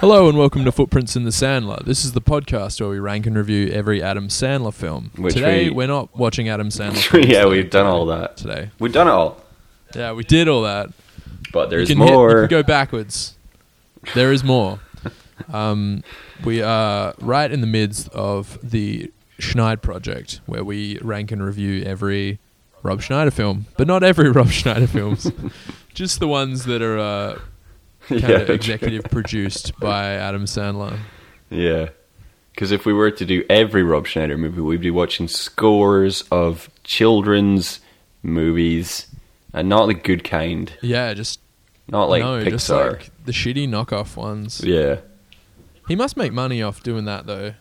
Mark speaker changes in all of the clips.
Speaker 1: Hello and welcome to Footprints in the Sandler. This is the podcast where we rank and review every Adam Sandler film.
Speaker 2: Which
Speaker 1: today
Speaker 2: we-
Speaker 1: are not watching Adam Sandler. films
Speaker 2: yeah,
Speaker 1: though,
Speaker 2: we've done all that.
Speaker 1: today.
Speaker 2: We've done it all,
Speaker 1: Yeah, we did all that.
Speaker 2: but there's
Speaker 1: you can hit- you
Speaker 2: more.
Speaker 1: can go backwards. There is more. um, we are right in the midst of the Schneid project, where we rank and review every Rob Schneider film, but not every Rob Schneider films, just the ones that are uh, kind
Speaker 2: yeah,
Speaker 1: of executive produced by Adam Sandler.
Speaker 2: yeah. Because if we were to do every Rob Schneider movie, we'd be watching scores of children's movies, and not the good kind,
Speaker 1: Yeah, just
Speaker 2: not like
Speaker 1: no,
Speaker 2: Pixar.
Speaker 1: just like the shitty knockoff ones.
Speaker 2: yeah,
Speaker 1: He must make money off doing that though.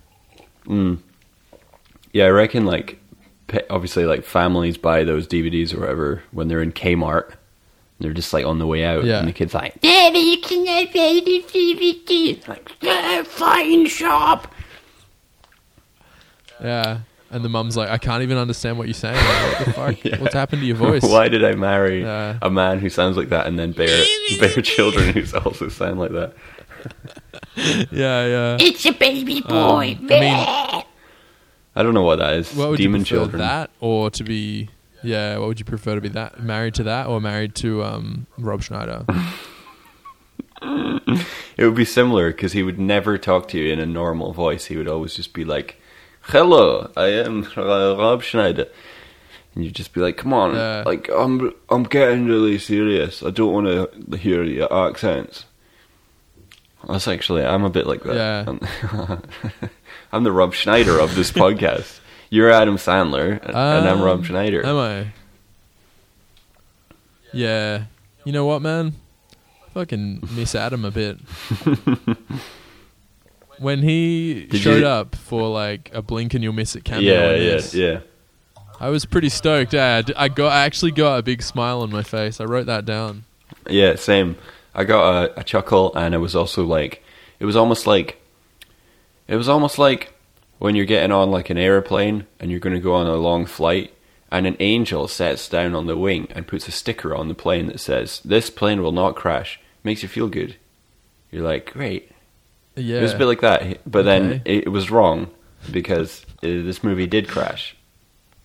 Speaker 2: yeah. I reckon like pe- obviously like families buy those DVDs or whatever when they're in Kmart. They're just like on the way out,
Speaker 1: Yeah.
Speaker 2: and the kid's like,
Speaker 3: Daddy, can I pay the DVD?
Speaker 2: like "Yeah, "Fine shop."
Speaker 1: Yeah. And the mum's like, I can't even understand what you're saying. Like, what the fuck? What's happened to your voice?
Speaker 2: Why did I marry
Speaker 1: Yeah.
Speaker 2: a man who sounds like that and then bear bear children who also sound like that?
Speaker 1: Yeah, yeah.
Speaker 3: It's a baby boy.
Speaker 1: Um, I mean,
Speaker 2: I don't know what that is.
Speaker 1: what would
Speaker 2: Demon
Speaker 1: you prefer
Speaker 2: children.
Speaker 1: that or to be? Yeah, what would you prefer to be that married to that or married to um, Rob Schneider?
Speaker 2: It would be similar because he would never talk to you in a normal voice. He would always just be like, "Hello, I am Rob Schneider," and you'd just be like, "Come on,
Speaker 1: Yeah.
Speaker 2: like I'm I'm getting really serious. I don't want to hear your accents." That's actually I'm a bit like that.
Speaker 1: Yeah.
Speaker 2: I'm, I'm the Rob Schneider of this podcast. You're Adam Sandler, and, and I'm Rob
Speaker 1: Um,
Speaker 2: Schneider.
Speaker 1: Am I? Yeah. You know what, man? Fucking miss Adam a bit. when he
Speaker 2: Did
Speaker 1: showed
Speaker 2: you-
Speaker 1: up for like a blink and you'll miss it cameo,
Speaker 2: yeah,
Speaker 1: in
Speaker 2: yeah,
Speaker 1: this,
Speaker 2: yeah.
Speaker 1: I was pretty stoked. Yeah, I d- I got I actually got a big smile on my face. I wrote that down.
Speaker 2: Yeah, same. I got a, a chuckle, and it was also like, it was almost like, it was almost like when you're getting on like an airplane and you're going to go on a long flight, and an angel sets down on the wing and puts a sticker on the plane that says, "This plane will not crash." Makes you feel good. You're like, great.
Speaker 1: Yeah.
Speaker 2: It was a bit like that, but
Speaker 1: Okay.
Speaker 2: then it, it was wrong because uh, this movie did crash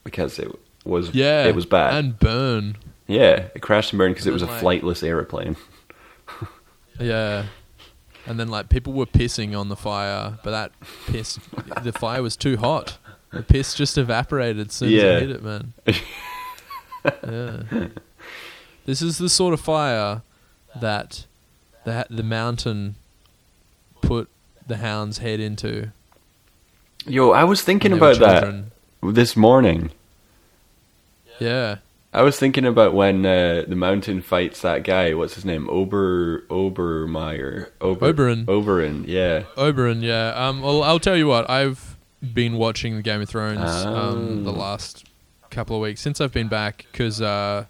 Speaker 2: because it was
Speaker 1: yeah.
Speaker 2: it was bad.
Speaker 1: And burn.
Speaker 2: yeah, it crashed and burned because it
Speaker 1: And
Speaker 2: was a
Speaker 1: then, like-
Speaker 2: flightless airplane.
Speaker 1: Yeah. And then like people were pissing on the fire, but that piss the fire was too hot. The piss just evaporated as soon as
Speaker 2: Yeah.
Speaker 1: it hit it, man. yeah. This is the sort of fire that the the mountain put the hound's head into.
Speaker 2: Yo, I was thinking
Speaker 1: when they were
Speaker 2: about that
Speaker 1: children.
Speaker 2: this morning.
Speaker 1: Yeah.
Speaker 2: I was thinking about when uh, the mountain fights that guy. What's his name? Ober Obermeyer. Ober,
Speaker 1: Oberyn.
Speaker 2: Oberyn. Yeah.
Speaker 1: Oberon, yeah. Um, well, I'll tell you what. I've been watching the Game of Thrones um,
Speaker 2: Oh.
Speaker 1: the last couple of weeks since I've been back because uh,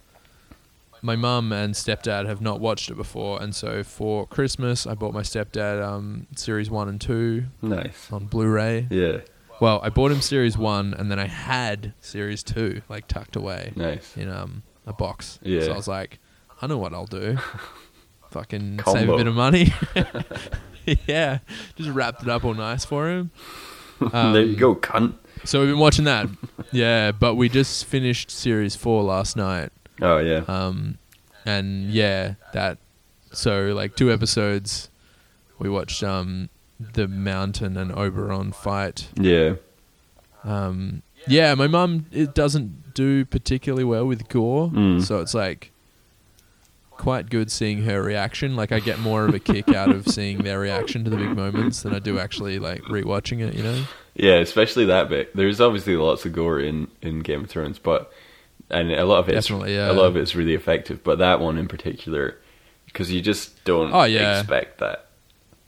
Speaker 1: my mum and stepdad have not watched it before, and so for Christmas I bought my stepdad um, series one and two
Speaker 2: Nice.
Speaker 1: on Blu-ray.
Speaker 2: Yeah.
Speaker 1: Well, I bought him series one, and then I had series two like tucked away
Speaker 2: Nice.
Speaker 1: in um, a box.
Speaker 2: Yeah.
Speaker 1: So I was like, I know what I'll do. Fucking save a
Speaker 2: Combo.
Speaker 1: bit of money. yeah. Just wrapped it up all nice for him. Um,
Speaker 2: there you go, cunt.
Speaker 1: So we've been watching that. Yeah, but we just finished series four last night.
Speaker 2: Oh yeah.
Speaker 1: Um and yeah, that so like two episodes we watched um the mountain and Oberon fight.
Speaker 2: yeah.
Speaker 1: Um, yeah, my mum it doesn't do particularly well with gore,
Speaker 2: Mm.
Speaker 1: so it's like quite good seeing her reaction. Like I get more of a kick out of seeing their reaction to the big moments than I do actually like rewatching it. You know?
Speaker 2: Yeah. Especially that bit. There's obviously lots of gore in in Game of Thrones, but and a lot of it's
Speaker 1: Definitely, yeah.
Speaker 2: a lot of it's really effective. But that one in particular, because you just don't
Speaker 1: Oh, yeah.
Speaker 2: expect that.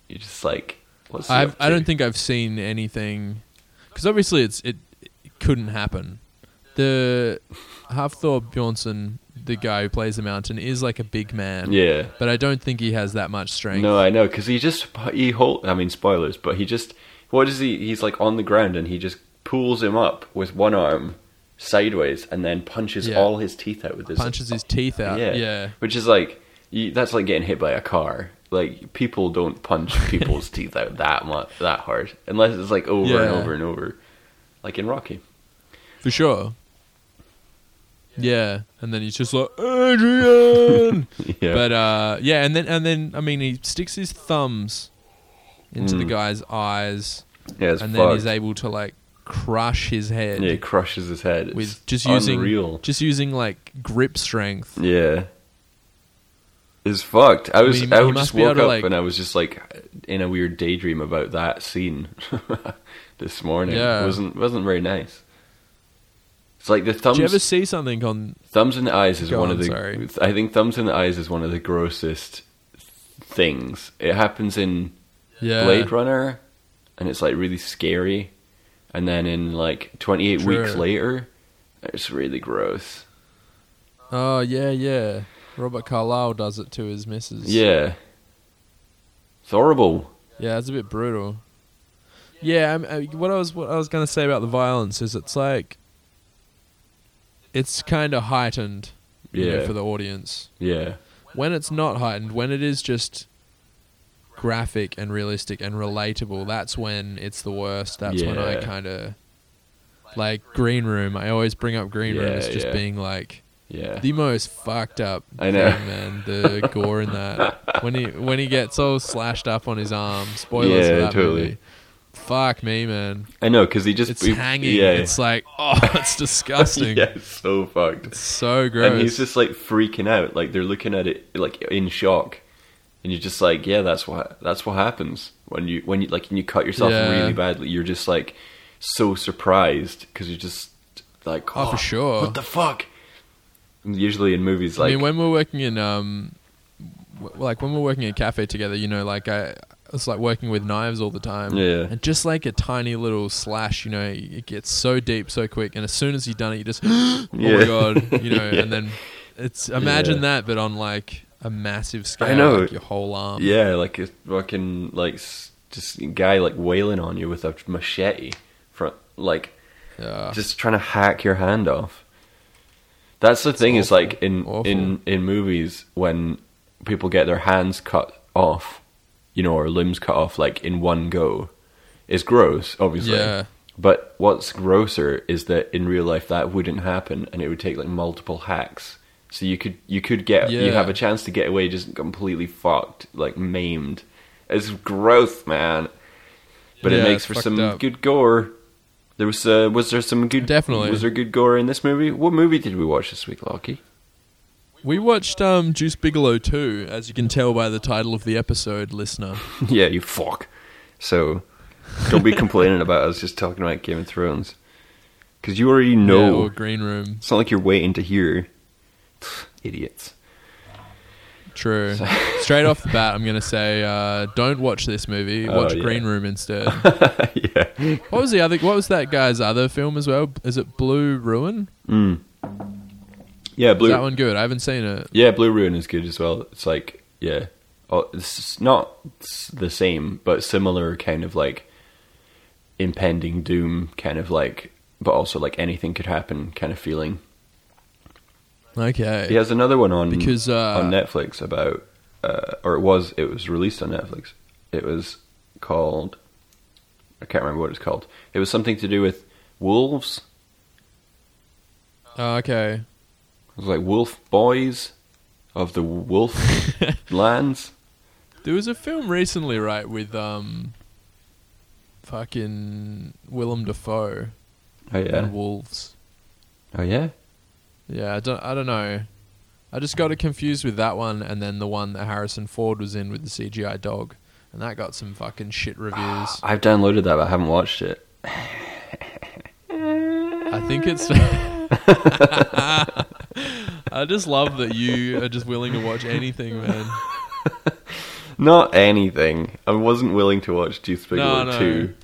Speaker 2: You're just like, what's he
Speaker 1: I've,
Speaker 2: up
Speaker 1: I don't
Speaker 2: to?
Speaker 1: think I've seen anything because obviously it's it, it couldn't happen. The Hafthor Bjornsson, the guy who plays the mountain, is like a big man.
Speaker 2: Yeah.
Speaker 1: But I don't think he has that much strength.
Speaker 2: No, I know because he just he hold. I mean, spoilers, but he just what is he? He's like on the ground and he just pulls him up with one arm sideways and then punches
Speaker 1: Yeah.
Speaker 2: all his teeth out with his
Speaker 1: Punches his teeth out. yeah.
Speaker 2: Which is like you, that's like getting hit by a car. like people don't punch people's teeth out that much that hard unless it's like over and
Speaker 1: Yeah.
Speaker 2: over and over, like in Rocky.
Speaker 1: For sure. Yeah, and then he's just like Adrian.
Speaker 2: Yeah,
Speaker 1: But uh, yeah, and then and then I mean he sticks his thumbs into
Speaker 2: Mm.
Speaker 1: the guy's eyes,
Speaker 2: yeah, it's
Speaker 1: and
Speaker 2: and
Speaker 1: then he's able to like crush his head
Speaker 2: yeah, he crushes his head It's
Speaker 1: with just using
Speaker 2: unreal.
Speaker 1: just using like grip strength.
Speaker 2: Yeah. It's fucked. I was I,
Speaker 1: mean, you
Speaker 2: just
Speaker 1: must be
Speaker 2: woke
Speaker 1: able to,
Speaker 2: up
Speaker 1: like-
Speaker 2: and I was just like in a weird daydream about that scene this morning.
Speaker 1: Yeah.
Speaker 2: It wasn't wasn't very nice. It's like the thumbs
Speaker 1: Do you ever see something on?
Speaker 2: thumbs in the eyes is
Speaker 1: Go
Speaker 2: one
Speaker 1: on,
Speaker 2: of the
Speaker 1: sorry.
Speaker 2: I think thumbs in the eyes is one of the grossest things. It happens in
Speaker 1: Yeah,
Speaker 2: Blade Runner, and it's like really scary. And then in like 28 weeks
Speaker 1: Sure.
Speaker 2: later, it's really gross.
Speaker 1: Oh yeah, yeah. Robert Carlyle does it to his missus.
Speaker 2: Yeah. It's horrible.
Speaker 1: yeah, it's a bit brutal. Yeah, I, I, what I was what I was gonna say about the violence is it's like it's kind of heightened, you know,
Speaker 2: Yeah.
Speaker 1: for the audience.
Speaker 2: Yeah.
Speaker 1: When it's not heightened, when it is just graphic and realistic and relatable, that's when it's the worst. That's when I
Speaker 2: Yeah.
Speaker 1: kind of like Green Room. I always bring up Green Room as
Speaker 2: Yeah,
Speaker 1: just
Speaker 2: yeah.
Speaker 1: being like
Speaker 2: Yeah.
Speaker 1: the most fucked up
Speaker 2: I know.
Speaker 1: thing, man. The gore in that when he when he gets all slashed up on his arm. Spoilers
Speaker 2: Yeah,
Speaker 1: for that
Speaker 2: totally.
Speaker 1: movie. Fuck me, man.
Speaker 2: I know because he just
Speaker 1: It's
Speaker 2: he-
Speaker 1: hanging.
Speaker 2: Yeah,
Speaker 1: It's like oh, it's disgusting.
Speaker 2: yeah, it's so fucked.
Speaker 1: It's so gross.
Speaker 2: And he's just like freaking out, like they're looking at it like in shock, and you're just like, yeah, that's what that's what happens when you when you like when you cut yourself
Speaker 1: Yeah.
Speaker 2: really badly. You're just like so surprised because you're just like,
Speaker 1: Oh, for sure.
Speaker 2: what the fuck. And usually in movies,
Speaker 1: I
Speaker 2: like
Speaker 1: mean, when we're working in um, w- like when we're working in a cafe together, you know, like I. It's like working with knives all the time,
Speaker 2: Yeah.
Speaker 1: And just like a tiny little slash, you know, it gets so deep so quick, and as soon as you've done it, you just, oh
Speaker 2: Yeah.
Speaker 1: my god, you know,
Speaker 2: Yeah.
Speaker 1: and then it's imagine
Speaker 2: Yeah.
Speaker 1: that, but on like a massive scale,
Speaker 2: know.
Speaker 1: like your whole arm,
Speaker 2: yeah, like a fucking like s- just a guy like wailing on you with a machete, front like
Speaker 1: Yeah.
Speaker 2: just trying to hack your hand off. That's the thing is like
Speaker 1: awful.
Speaker 2: in
Speaker 1: Awful.
Speaker 2: in in movies when people get their hands cut off, you know, or limbs cut off like in one go, it's gross, obviously.
Speaker 1: Yeah.
Speaker 2: But what's grosser is that in real life that wouldn't happen, and it would take like multiple hacks. So you could you could get you
Speaker 1: Yeah.
Speaker 2: have a chance to get away just completely fucked, like maimed. It's gross, man. But it
Speaker 1: Yeah,
Speaker 2: makes
Speaker 1: it's
Speaker 2: for
Speaker 1: fucked
Speaker 2: some
Speaker 1: up.
Speaker 2: good gore. There was uh, was there some good
Speaker 1: Definitely.
Speaker 2: was there good gore in this movie? What movie did we watch this week, Lockie?
Speaker 1: We watched um Juice Bigelow 2, as you can tell by the title of the episode, listener.
Speaker 2: yeah, you fuck. So don't be complaining about us just talking about Game of Thrones because you already
Speaker 1: Yeah,
Speaker 2: know.
Speaker 1: or Green Room.
Speaker 2: it's not like you're waiting to hear. Idiots.
Speaker 1: True. Straight off the bat, I'm gonna say, uh, don't watch this movie.
Speaker 2: Oh,
Speaker 1: Watch
Speaker 2: yeah.
Speaker 1: Green Room instead.
Speaker 2: yeah.
Speaker 1: what was the other? What was that guy's other film as well? Is it Blue Ruin?
Speaker 2: Yeah,
Speaker 1: Is
Speaker 2: Blue.
Speaker 1: that one good? I haven't seen it.
Speaker 2: Yeah, Blue Ruin is good as well. It's like yeah, oh, it's s- not s- the same, but similar kind of like impending doom, kind of like, but also like anything could happen kind of feeling.
Speaker 1: Okay.
Speaker 2: He has another one on
Speaker 1: Because, uh,
Speaker 2: Mm, on Netflix about, uh, or it was it was released on Netflix. It was called, I can't remember what it's called. It was something to do with wolves.
Speaker 1: Oh, okay.
Speaker 2: It was like Wolf Boys of the Wolf Lands.
Speaker 1: There was a film recently, right, with um, fucking Willem Dafoe
Speaker 2: Oh yeah,
Speaker 1: and wolves.
Speaker 2: oh yeah.
Speaker 1: Yeah, I don't. I don't know. I just got it confused with that one, and then the one that Harrison Ford was in with the CGI dog, and that got some fucking shit reviews.
Speaker 2: I've downloaded that, but I haven't watched it.
Speaker 1: I think it's. I just love that you are just willing to watch anything, man.
Speaker 2: Not anything. I wasn't willing to watch Juice
Speaker 1: No,
Speaker 2: Bigelow
Speaker 1: no.
Speaker 2: two,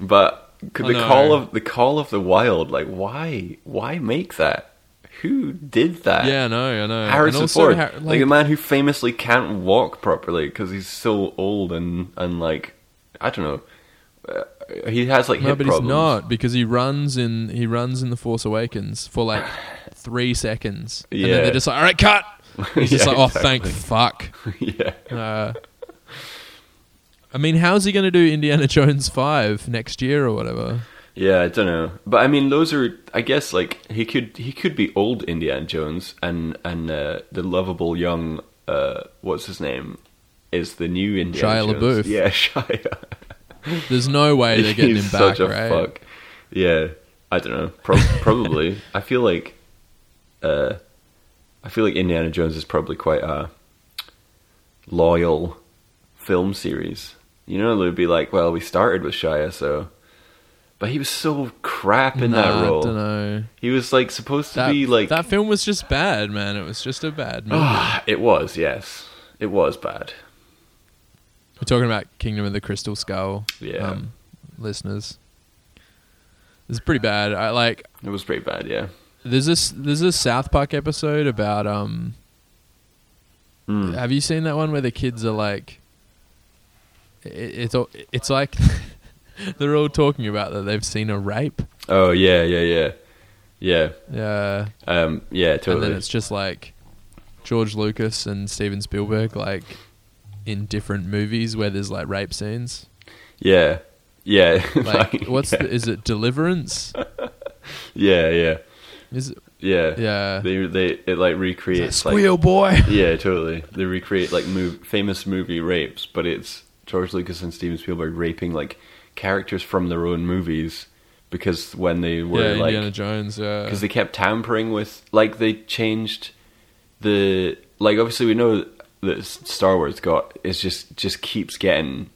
Speaker 2: but could
Speaker 1: I
Speaker 2: the
Speaker 1: know.
Speaker 2: call of the call of the wild. Like, why? Why make that? Who did that?
Speaker 1: Yeah, I know, I know. And
Speaker 2: Harrison
Speaker 1: also
Speaker 2: Ford,
Speaker 1: Har-
Speaker 2: like, a man who famously can't walk properly because he's so old and and like I don't know. Uh, he has like
Speaker 1: no,
Speaker 2: hip
Speaker 1: but he's
Speaker 2: problems.
Speaker 1: not because he runs in he runs in the Force Awakens for like three seconds, and
Speaker 2: Yeah.
Speaker 1: then they're just like, "All right, cut." He's just
Speaker 2: Yeah,
Speaker 1: like, "Oh,
Speaker 2: exactly.
Speaker 1: thank fuck."
Speaker 2: yeah,
Speaker 1: Uh, I mean, how's he going to do Indiana Jones 5 next year or whatever?
Speaker 2: Yeah, I don't know, but I mean, those are, I guess, like he could he could be old Indiana Jones, and and uh, the lovable young, uh, what's his name, is the new Indiana
Speaker 1: Shia
Speaker 2: Jones.
Speaker 1: LaBeouf.
Speaker 2: Yeah, Shia.
Speaker 1: There's no way they're getting him back, right?
Speaker 2: Yeah, I don't know. Pro- probably, I feel like, uh, I feel like Indiana Jones is probably quite a loyal film series. You know, they'd be like, well, we started with Shia, so. But he was so crap in
Speaker 1: Nah,
Speaker 2: that role.
Speaker 1: I don't know.
Speaker 2: He was like supposed to
Speaker 1: That,
Speaker 2: be like Ah.
Speaker 1: that film was just bad, man. It was just a bad movie.
Speaker 2: it was, yes. It was bad.
Speaker 1: We're talking about Kingdom of the Crystal Skull. um,
Speaker 2: Yeah.
Speaker 1: listeners. It's pretty bad. I like
Speaker 2: It was pretty bad, yeah.
Speaker 1: there's this there's this South Park episode about um
Speaker 2: Mm.
Speaker 1: have you seen that one where the kids are like it, it's all- it's like they're all talking about that they've seen a rape.
Speaker 2: Oh yeah, yeah, yeah. Yeah.
Speaker 1: Yeah.
Speaker 2: Um yeah,
Speaker 1: And then
Speaker 2: totally.
Speaker 1: it's just like George Lucas and Steven Spielberg like in different movies where there's like rape scenes.
Speaker 2: Yeah. Yeah.
Speaker 1: Like what's
Speaker 2: yeah.
Speaker 1: the, is it Deliverance?
Speaker 2: Yeah, yeah.
Speaker 1: Is it
Speaker 2: Yeah.
Speaker 1: yeah.
Speaker 2: They they it like recreates like
Speaker 1: Squeal boy.
Speaker 2: Yeah, totally. They recreate like mov- famous movie rapes, but it's George Lucas and Steven Spielberg raping like characters from their own movies because when they were
Speaker 1: yeah,
Speaker 2: like
Speaker 1: Indiana Jones. Yeah.
Speaker 2: because they kept tampering with like they changed the like obviously we know that S- Star Wars got is just just keeps getting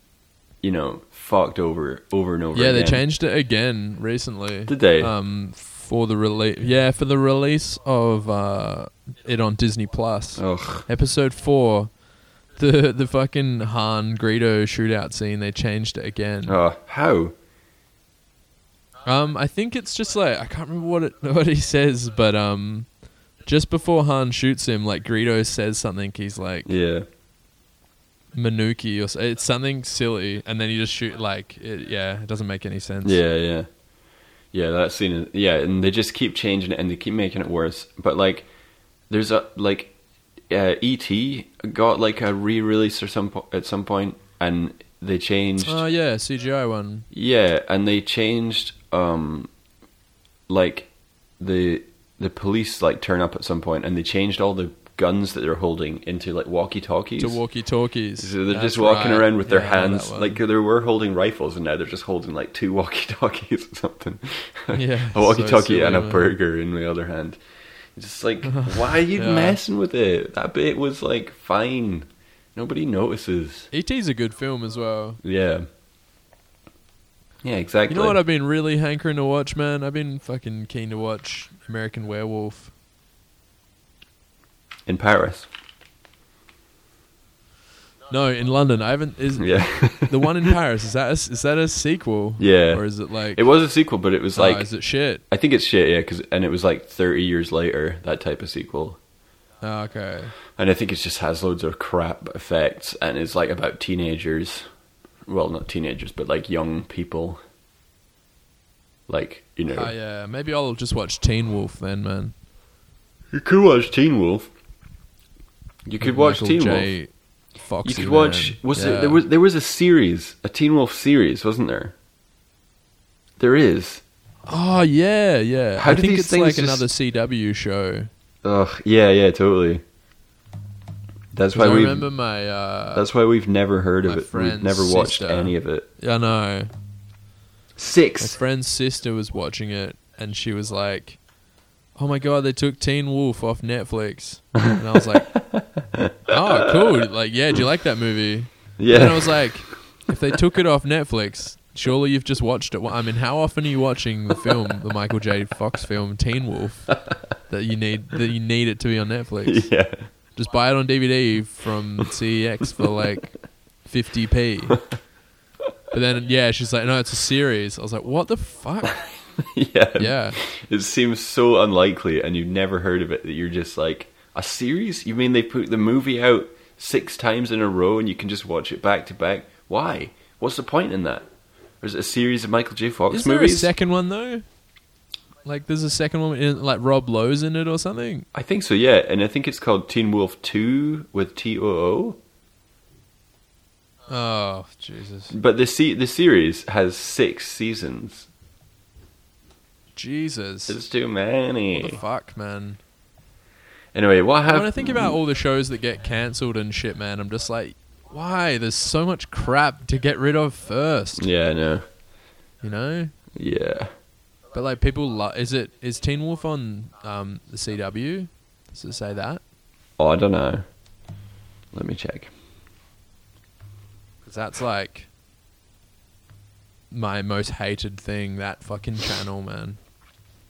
Speaker 2: you know fucked over over and over
Speaker 1: yeah, they
Speaker 2: again.
Speaker 1: changed it again recently.
Speaker 2: Did they?
Speaker 1: Um, for the release. Yeah, for the release of uh, it on Disney Plus,
Speaker 2: Ugh.
Speaker 1: episode four. The the fucking Han Greedo shootout scene. They changed it again.
Speaker 2: Oh, how?
Speaker 1: Um, I think it's just like I can't remember what it what he says, but um. Just before Han shoots him, like Greedo says something, he's like
Speaker 2: Yeah.
Speaker 1: Manuki or s- it's something silly, and then you just shoot like it, yeah, it doesn't make any sense.
Speaker 2: Yeah, yeah. Yeah, that scene is yeah, and they just keep changing it and they keep making it worse. But like there's a like uh, E.T. got like a re-release or some po- at some point and they changed
Speaker 1: Oh yeah, CGI one.
Speaker 2: Yeah, and they changed um like the the police like turn up at some point and they changed all the guns that they're holding into like walkie-talkies.
Speaker 1: to walkie talkies.
Speaker 2: so uh, they're just walking around with their hands like
Speaker 1: yeah,
Speaker 2: they were holding rifles and now they're just holding like two walkie-talkies or something.
Speaker 1: Yeah,
Speaker 2: a
Speaker 1: so
Speaker 2: walkie-talkie
Speaker 1: silly,
Speaker 2: and a
Speaker 1: man.
Speaker 2: burger in the other hand. It's Just like why are you
Speaker 1: Yeah.
Speaker 2: messing with it? That bit was like fine. Nobody notices.
Speaker 1: ET's E a good film as well.
Speaker 2: Yeah. Yeah, exactly.
Speaker 1: You know what I've been really hankering to watch, man? I've been fucking keen to watch American Werewolf.
Speaker 2: in Paris.
Speaker 1: No, in London. I haven't is
Speaker 2: Yeah.
Speaker 1: the one in Paris. Is that a, is that a sequel?
Speaker 2: Yeah.
Speaker 1: Or is it like
Speaker 2: It was a sequel, but it was like
Speaker 1: oh, is it shit?
Speaker 2: I think it's shit, yeah, cause, and it was like 30 years later that type of sequel,
Speaker 1: Oh, okay.
Speaker 2: and I think it just has loads of crap effects, and it's like about teenagers, well, not teenagers, but like young people, like you know,
Speaker 1: Oh yeah, maybe I'll just watch Teen Wolf then, man.
Speaker 2: you could watch Teen Wolf, you could watch
Speaker 1: Michael
Speaker 2: Teen
Speaker 1: J.
Speaker 2: Wolf,
Speaker 1: Foxy,
Speaker 2: you
Speaker 1: man.
Speaker 2: could watch was
Speaker 1: Yeah.
Speaker 2: there, there was there was a series, a Teen Wolf series, wasn't there? There is.
Speaker 1: Oh yeah, yeah.
Speaker 2: How
Speaker 1: I
Speaker 2: do
Speaker 1: think
Speaker 2: these
Speaker 1: it's
Speaker 2: things
Speaker 1: like
Speaker 2: just-
Speaker 1: another CW show.
Speaker 2: Ugh, yeah, yeah, totally. That's
Speaker 1: 'Cause
Speaker 2: why
Speaker 1: I
Speaker 2: we.
Speaker 1: remember my uh,
Speaker 2: That's why we've never heard of
Speaker 1: my
Speaker 2: it. We've
Speaker 1: friend's
Speaker 2: never watched
Speaker 1: sister.
Speaker 2: any of it.
Speaker 1: I know. My
Speaker 2: Six.
Speaker 1: friend's sister was watching it and she was like, Oh my god, they took Teen Wolf off Netflix. And I was like, Oh, cool. Like, yeah, do you like that movie? And I
Speaker 2: Yeah.
Speaker 1: was like, If they took it off Netflix, surely you've just watched it. Well, I mean, how often are you watching the film, the Michael J. Fox film, Teen Wolf, that you need that you need it to be on Netflix?
Speaker 2: yeah.
Speaker 1: Just buy it on DVD from CEX for like 50p. But then, yeah, she's like, no, it's a series. I was like, what the fuck?
Speaker 2: yeah.
Speaker 1: Yeah.
Speaker 2: It seems so unlikely, and you've never heard of it. That you're just like a series. You mean they put the movie out six times in a row, and you can just watch it back to back? Why? What's the point in that? There's a series of Michael J. Fox
Speaker 1: Is there a
Speaker 2: movies.
Speaker 1: second one, though? Like, there's a second one, in, like, Rob Lowe's in it or something?
Speaker 2: I think so. Yeah, and I think it's called Teen Wolf Two with T O O.
Speaker 1: Oh Jesus,
Speaker 2: But the se- the series has six seasons.
Speaker 1: Jesus!
Speaker 2: It's too
Speaker 1: What the
Speaker 2: many.
Speaker 1: fuck, man?
Speaker 2: Anyway, what happened?
Speaker 1: when I think about all the shows that get cancelled and shit, man, I'm just like, why? There's so much crap to get rid of first,
Speaker 2: Yeah, I know.
Speaker 1: you know.
Speaker 2: Yeah.
Speaker 1: But like, people love. Is it is Teen Wolf on um, the CW? Does it say that?
Speaker 2: Oh, I don't know. Let me check.
Speaker 1: 'Cause that's like my most hated thing. That fucking channel, man.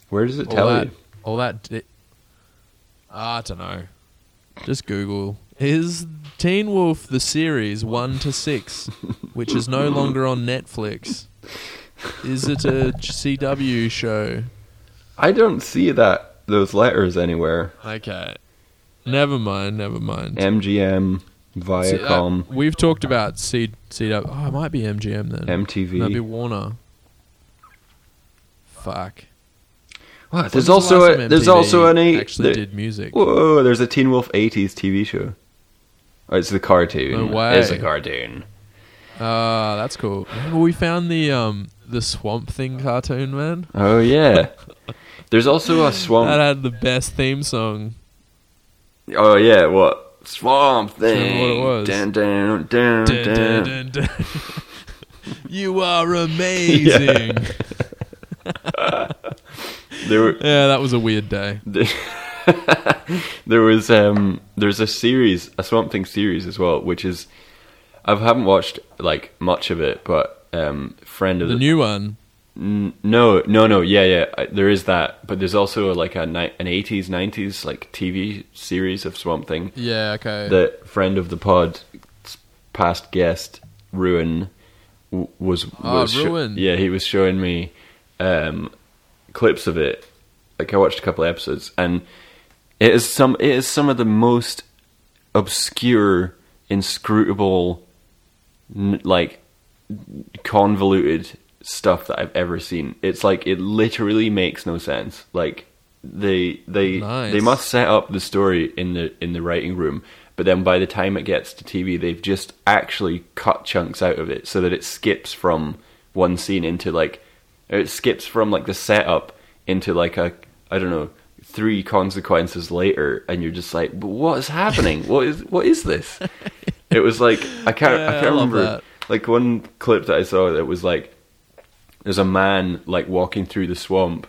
Speaker 2: Where does it
Speaker 1: all
Speaker 2: tell
Speaker 1: that,
Speaker 2: you?
Speaker 1: all that. Di- Ah, I don't know. Just Google. Is Teen Wolf the series one to six, which is no longer on Netflix? Is it a CW show?
Speaker 2: I don't see that those letters anywhere.
Speaker 1: Okay, never mind. Never mind.
Speaker 2: MGM,
Speaker 1: See, uh,
Speaker 2: Viacom,
Speaker 1: we've talked about C- CW. Oh, it might be MGM then. Might be
Speaker 2: MTV.
Speaker 1: Warner. Fuck.
Speaker 2: Wow, there's
Speaker 1: When's the
Speaker 2: also
Speaker 1: last
Speaker 2: a
Speaker 1: time
Speaker 2: there's
Speaker 1: MTV
Speaker 2: also an eight.
Speaker 1: actually
Speaker 2: there-
Speaker 1: did music.
Speaker 2: Whoa, there's a Teen Wolf 80s TV show. Oh, it's the cartoon.
Speaker 1: No way.
Speaker 2: It's a cartoon.
Speaker 1: Ah, that's cool. Remember we found the um the Swamp Thing cartoon, man.
Speaker 2: Oh yeah. there's also a
Speaker 1: That
Speaker 2: swamp.
Speaker 1: had the best theme song.
Speaker 2: Oh yeah, what swamp thing?
Speaker 1: Remember what it was?
Speaker 2: Dun, dun,
Speaker 1: Dun,
Speaker 2: dun,
Speaker 1: dun,
Speaker 2: dun.
Speaker 1: dun, dun. you are amazing. Yeah.
Speaker 2: There were,
Speaker 1: that was a weird day.
Speaker 2: there was um there's a series a swamp thing series as well which is i haven't watched like much of it but um friend of
Speaker 1: The new one.
Speaker 2: N- no no no yeah yeah I, there is that but there's also like a ni- an 80s 90s like tv series of swamp thing
Speaker 1: Yeah, okay.
Speaker 2: that friend of the pod s- past guest ruin w- was
Speaker 1: Ah,
Speaker 2: was sho-
Speaker 1: Ruin.
Speaker 2: yeah he was showing me um clips of it like i watched a couple of episodes and it is some it is some of the most obscure inscrutable n- like convoluted stuff that i've ever seen it's like it literally makes no sense like they they
Speaker 1: Nice.
Speaker 2: they must set up the story in the in the writing room but then by the time it gets to tv they've just actually cut chunks out of it so that it skips from one scene into like it skips from like the setup into like a i don't know three consequences later and you're just like but what is happening what is what is this it was like i can't
Speaker 1: Yeah,
Speaker 2: i
Speaker 1: I
Speaker 2: can't
Speaker 1: love
Speaker 2: remember
Speaker 1: that.
Speaker 2: like one clip that i saw that was like there's a man like walking through the swamp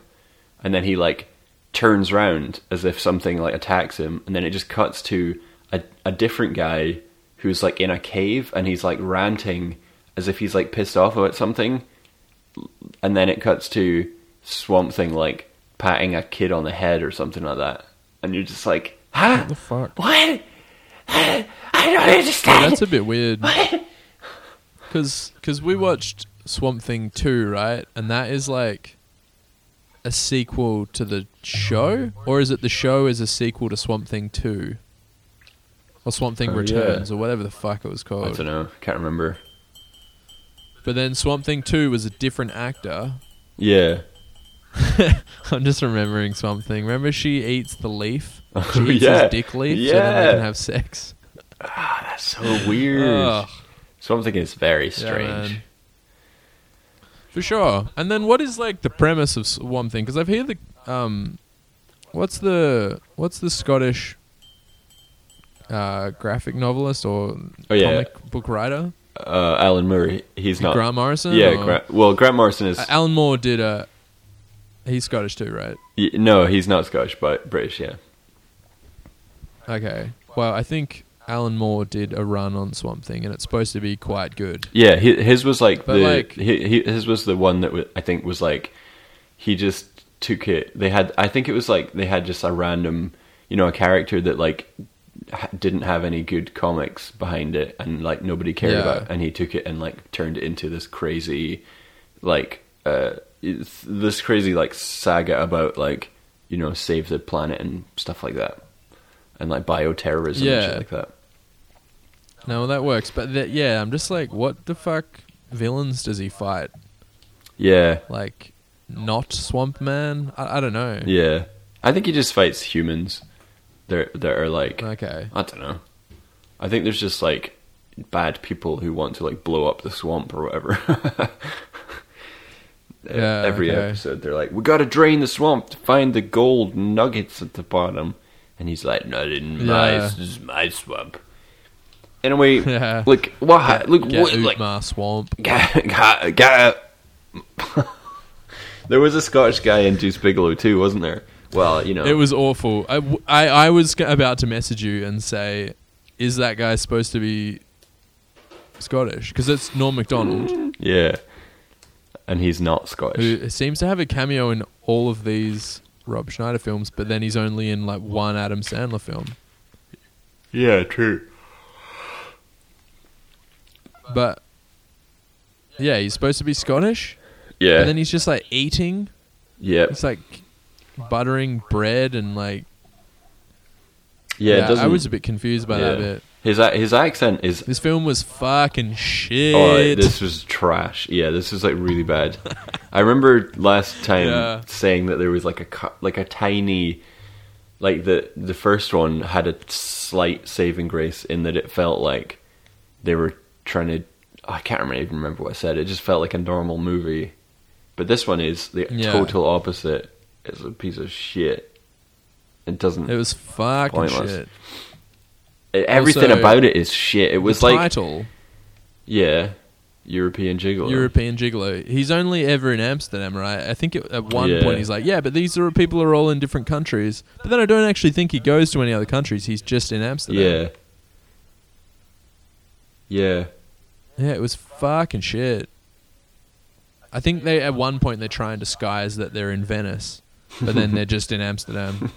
Speaker 2: and then he like turns round as if something like attacks him and then it just cuts to a, a different guy who's like in a cave and he's like ranting as if he's like pissed off about something and then it cuts to swamp thing like patting a kid on the head or something like that and you're just like huh
Speaker 1: the fuck?
Speaker 2: what
Speaker 3: I don't understand.
Speaker 1: That's a bit weird. Cause, 'cause we watched Swamp Thing 2, right? And that is like a sequel to the show? Or is it the show is a sequel to Swamp Thing 2? Or Swamp Thing
Speaker 2: Oh, yeah.
Speaker 1: Returns, or whatever the fuck it was
Speaker 2: i
Speaker 1: called.
Speaker 2: don't know can't remember
Speaker 1: But then Swamp Thing 2 was a different actor.
Speaker 2: yeah
Speaker 1: I'm just remembering something. Remember she eats the leaf?
Speaker 2: Oh,
Speaker 1: She eats
Speaker 2: yeah.
Speaker 1: his dick leaf so then they
Speaker 2: Yeah.
Speaker 1: can have sex.
Speaker 2: that's so weird
Speaker 1: Ugh.
Speaker 2: something is very
Speaker 1: Yeah,
Speaker 2: strange
Speaker 1: man. For sure. And then what is like the premise of Swamp Thing? Because I've heard the um, what's the what's the Scottish uh, graphic novelist or
Speaker 2: Oh, yeah.
Speaker 1: comic book writer?
Speaker 2: uh, Alan Murray. He's not.
Speaker 1: Grant Morrison.
Speaker 2: yeah,
Speaker 1: or-
Speaker 2: Grant, well, Grant Morrison is.
Speaker 1: Uh, Alan Moore did a. He's Scottish too, right?
Speaker 2: y- no, he's not Scottish, but British. Yeah.
Speaker 1: Okay. Well, I think Alan Moore did a run on Swamp Thing, and it's supposed to be quite good.
Speaker 2: Yeah, hi- his was like
Speaker 1: But,
Speaker 2: the
Speaker 1: like-
Speaker 2: hi- hi- his was the one that wa- I think was like he just took it. They had I think it was like they had just a random you know a character that like ha- didn't have any good comics behind it and like nobody cared
Speaker 1: Yeah.
Speaker 2: about and he took it and like turned it into this crazy like uh it's- this crazy like saga about like you know save the planet and stuff like that and like bioterrorism and
Speaker 1: Yeah.
Speaker 2: shit like that.
Speaker 1: No, that works. But that, yeah, I'm just like, what the fuck villains does he fight?
Speaker 2: Yeah.
Speaker 1: Like, not Swamp Man? I, I don't know.
Speaker 2: Yeah, I think he just fights humans. That that are like
Speaker 1: Okay.
Speaker 2: I don't know. I think there's just like bad people who want to like blow up the swamp or whatever.
Speaker 1: Yeah,
Speaker 2: Every
Speaker 1: okay.
Speaker 2: episode, they're like, "We got to drain the swamp to find the gold nuggets at the bottom," and he's like, "Not in my,
Speaker 1: Yeah.
Speaker 2: this is my swamp." In a way,
Speaker 1: Yeah.
Speaker 2: like why? Uh, Look,
Speaker 1: Get
Speaker 2: what, like
Speaker 1: Utmar Swamp.
Speaker 2: Ga- ga- ga- there was a Scottish guy in Deuce Bigelow too, wasn't there? Well, you know,
Speaker 1: It was awful. I, w- I, I was g- about to message you and say, is that guy supposed to be Scottish? Because it's Norm Macdonald,
Speaker 2: yeah, and he's not Scottish.
Speaker 1: who seems to have a cameo in all of these Rob Schneider films, but then he's only in like one Adam Sandler film.
Speaker 2: Yeah, true.
Speaker 1: But yeah, he's supposed to be Scottish,
Speaker 2: Yeah,
Speaker 1: and then he's just like eating.
Speaker 2: yeah,
Speaker 1: It's like buttering bread and like
Speaker 2: yeah. It doesn't,
Speaker 1: I was a bit confused by that
Speaker 2: yeah.
Speaker 1: bit.
Speaker 2: His a- his accent is.
Speaker 1: This film was fucking shit.
Speaker 2: Oh, this was trash. Yeah, this was like really bad. I remember last time
Speaker 1: Yeah.
Speaker 2: saying that there was like a cu- like a tiny, like the the first one had a slight saving grace in that it felt like they were trying to. I can't remember, even remember what I said. It just felt like a normal movie, but this one is the
Speaker 1: Yeah.
Speaker 2: total opposite. It's a piece of shit. It doesn't.
Speaker 1: It was fucking
Speaker 2: Pointless.
Speaker 1: shit.
Speaker 2: everything
Speaker 1: also,
Speaker 2: about it is shit. It was
Speaker 1: the
Speaker 2: like
Speaker 1: title
Speaker 2: yeah, European Gigolo.
Speaker 1: European Gigolo. He's only ever in Amsterdam, right? I think it, at one
Speaker 2: Yeah.
Speaker 1: point he's like, "Yeah, but these are people are all in different countries." But then I don't actually think he goes to any other countries. He's just in Amsterdam.
Speaker 2: Yeah. Yeah.
Speaker 1: Yeah, it was fucking shit. I think they at one point they try and disguise that they're in Venice, but then they're just in Amsterdam.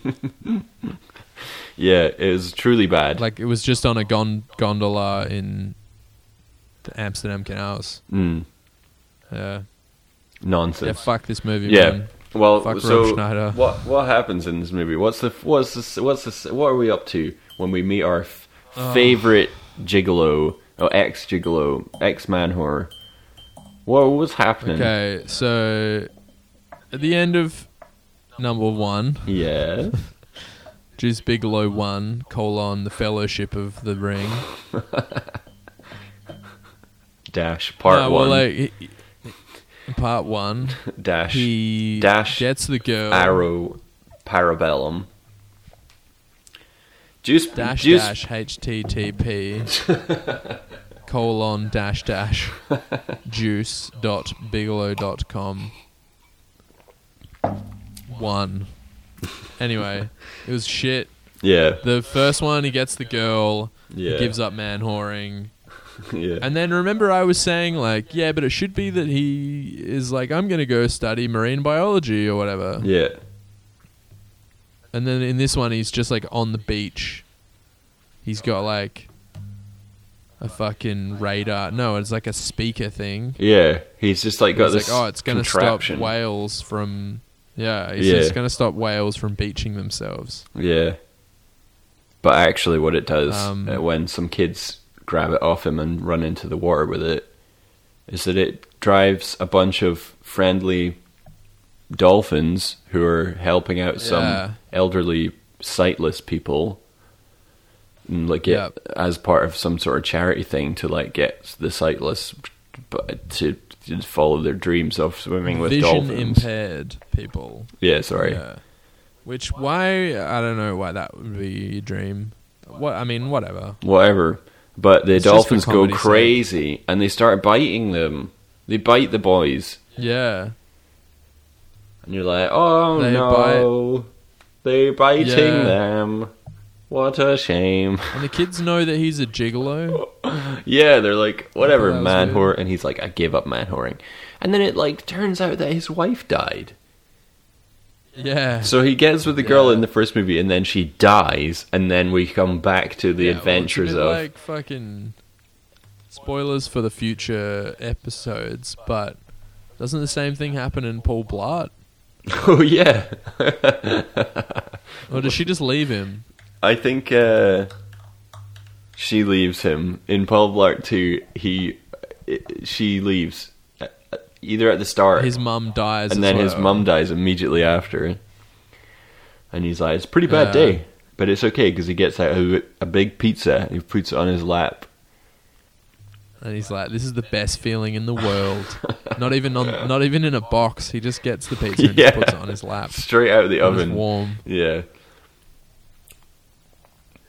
Speaker 2: Yeah, it was truly bad.
Speaker 1: Like it was just on a gon- gondola in the Amsterdam canals.
Speaker 2: mm,
Speaker 1: Yeah, yeah.
Speaker 2: nonsense.
Speaker 1: Fuck this movie.
Speaker 2: Yeah.
Speaker 1: man.
Speaker 2: Well,
Speaker 1: Fuck Rob
Speaker 2: so
Speaker 1: Schneider.
Speaker 2: what what happens in this movie? What's the what's this what's this what are we up to when we meet our f-
Speaker 1: Oh.
Speaker 2: favorite gigolo, oh ex gigolo, ex man whore? What was happening?
Speaker 1: Okay, so at the end of number one,
Speaker 2: Yeah.
Speaker 1: Juice Bigelow one colon the Fellowship of the Ring.
Speaker 2: Dash part
Speaker 1: No,
Speaker 2: one.
Speaker 1: well, like, he- he- part one,
Speaker 2: dash
Speaker 1: he uh,
Speaker 2: Dash
Speaker 1: gets the girl.
Speaker 2: arrow parabellum. Juice
Speaker 1: dash
Speaker 2: juice
Speaker 1: dash http colon dash dash juice dot bigelow dot com one. Anyway, it was shit.
Speaker 2: Yeah.
Speaker 1: The first one, he gets the girl.
Speaker 2: Yeah.
Speaker 1: He gives up man whoring.
Speaker 2: yeah.
Speaker 1: And then remember, I was saying, like, yeah, but it should be that he is like, I'm going to go study marine biology or whatever.
Speaker 2: Yeah.
Speaker 1: And then in this one, he's just like on the beach. He's got like a fucking radar. No, it's like a speaker thing.
Speaker 2: Yeah. He's just like got
Speaker 1: He's
Speaker 2: this
Speaker 1: like, oh, it's going to stop
Speaker 2: contraption.
Speaker 1: whales from. Yeah, he's
Speaker 2: Yeah.
Speaker 1: just going to stop whales from beaching themselves.
Speaker 2: Yeah. But actually what it does
Speaker 1: Um,
Speaker 2: uh, when some kids grab it off him and run into the water with it is that it drives a bunch of friendly dolphins who are helping out
Speaker 1: Yeah.
Speaker 2: some elderly sightless people and like get,
Speaker 1: Yep.
Speaker 2: as part of some sort of charity thing to like get the sightless b- to, to follow their dreams of swimming with
Speaker 1: Vision
Speaker 2: dolphins.
Speaker 1: impaired people.
Speaker 2: Yeah, sorry.
Speaker 1: Yeah. Which why I don't know why that would be your dream. What I mean, whatever.
Speaker 2: Whatever. But the
Speaker 1: It's just for
Speaker 2: dolphins go
Speaker 1: comedy's sake.
Speaker 2: crazy and they start biting them. They bite the boys.
Speaker 1: Yeah.
Speaker 2: And you're like, oh
Speaker 1: They
Speaker 2: no. They're biting
Speaker 1: Yeah.
Speaker 2: them. What a shame.
Speaker 1: And the kids know that he's a gigolo.
Speaker 2: yeah, they're like, whatever,
Speaker 1: that was
Speaker 2: man
Speaker 1: weird.
Speaker 2: whore. And he's like, I give up man whoring. And then it like turns out that his wife died.
Speaker 1: Yeah.
Speaker 2: So he gets with the girl
Speaker 1: Yeah.
Speaker 2: in the first movie and then she dies. And then we come back to the
Speaker 1: Yeah, well, it's a
Speaker 2: adventures
Speaker 1: bit
Speaker 2: of.
Speaker 1: like fucking spoilers for the future episodes, but doesn't the same thing happen in Paul Blart?
Speaker 2: oh, yeah.
Speaker 1: Or does she just leave him?
Speaker 2: I think uh, she leaves him in Paul Blart 2. He, she leaves uh, either at the start,
Speaker 1: His mum dies,
Speaker 2: and
Speaker 1: as
Speaker 2: then his
Speaker 1: well.
Speaker 2: mum dies immediately after. And he's like, "It's a pretty bad
Speaker 1: Yeah.
Speaker 2: day, but it's okay because he gets out a, a big pizza. and He puts it on his lap,
Speaker 1: and he's like, "This is the best feeling in the world." not even on, not even in a box. He just gets the pizza and
Speaker 2: Yeah.
Speaker 1: just puts it on his lap.
Speaker 2: Straight out of the
Speaker 1: And It's
Speaker 2: oven.
Speaker 1: warm.
Speaker 2: Yeah.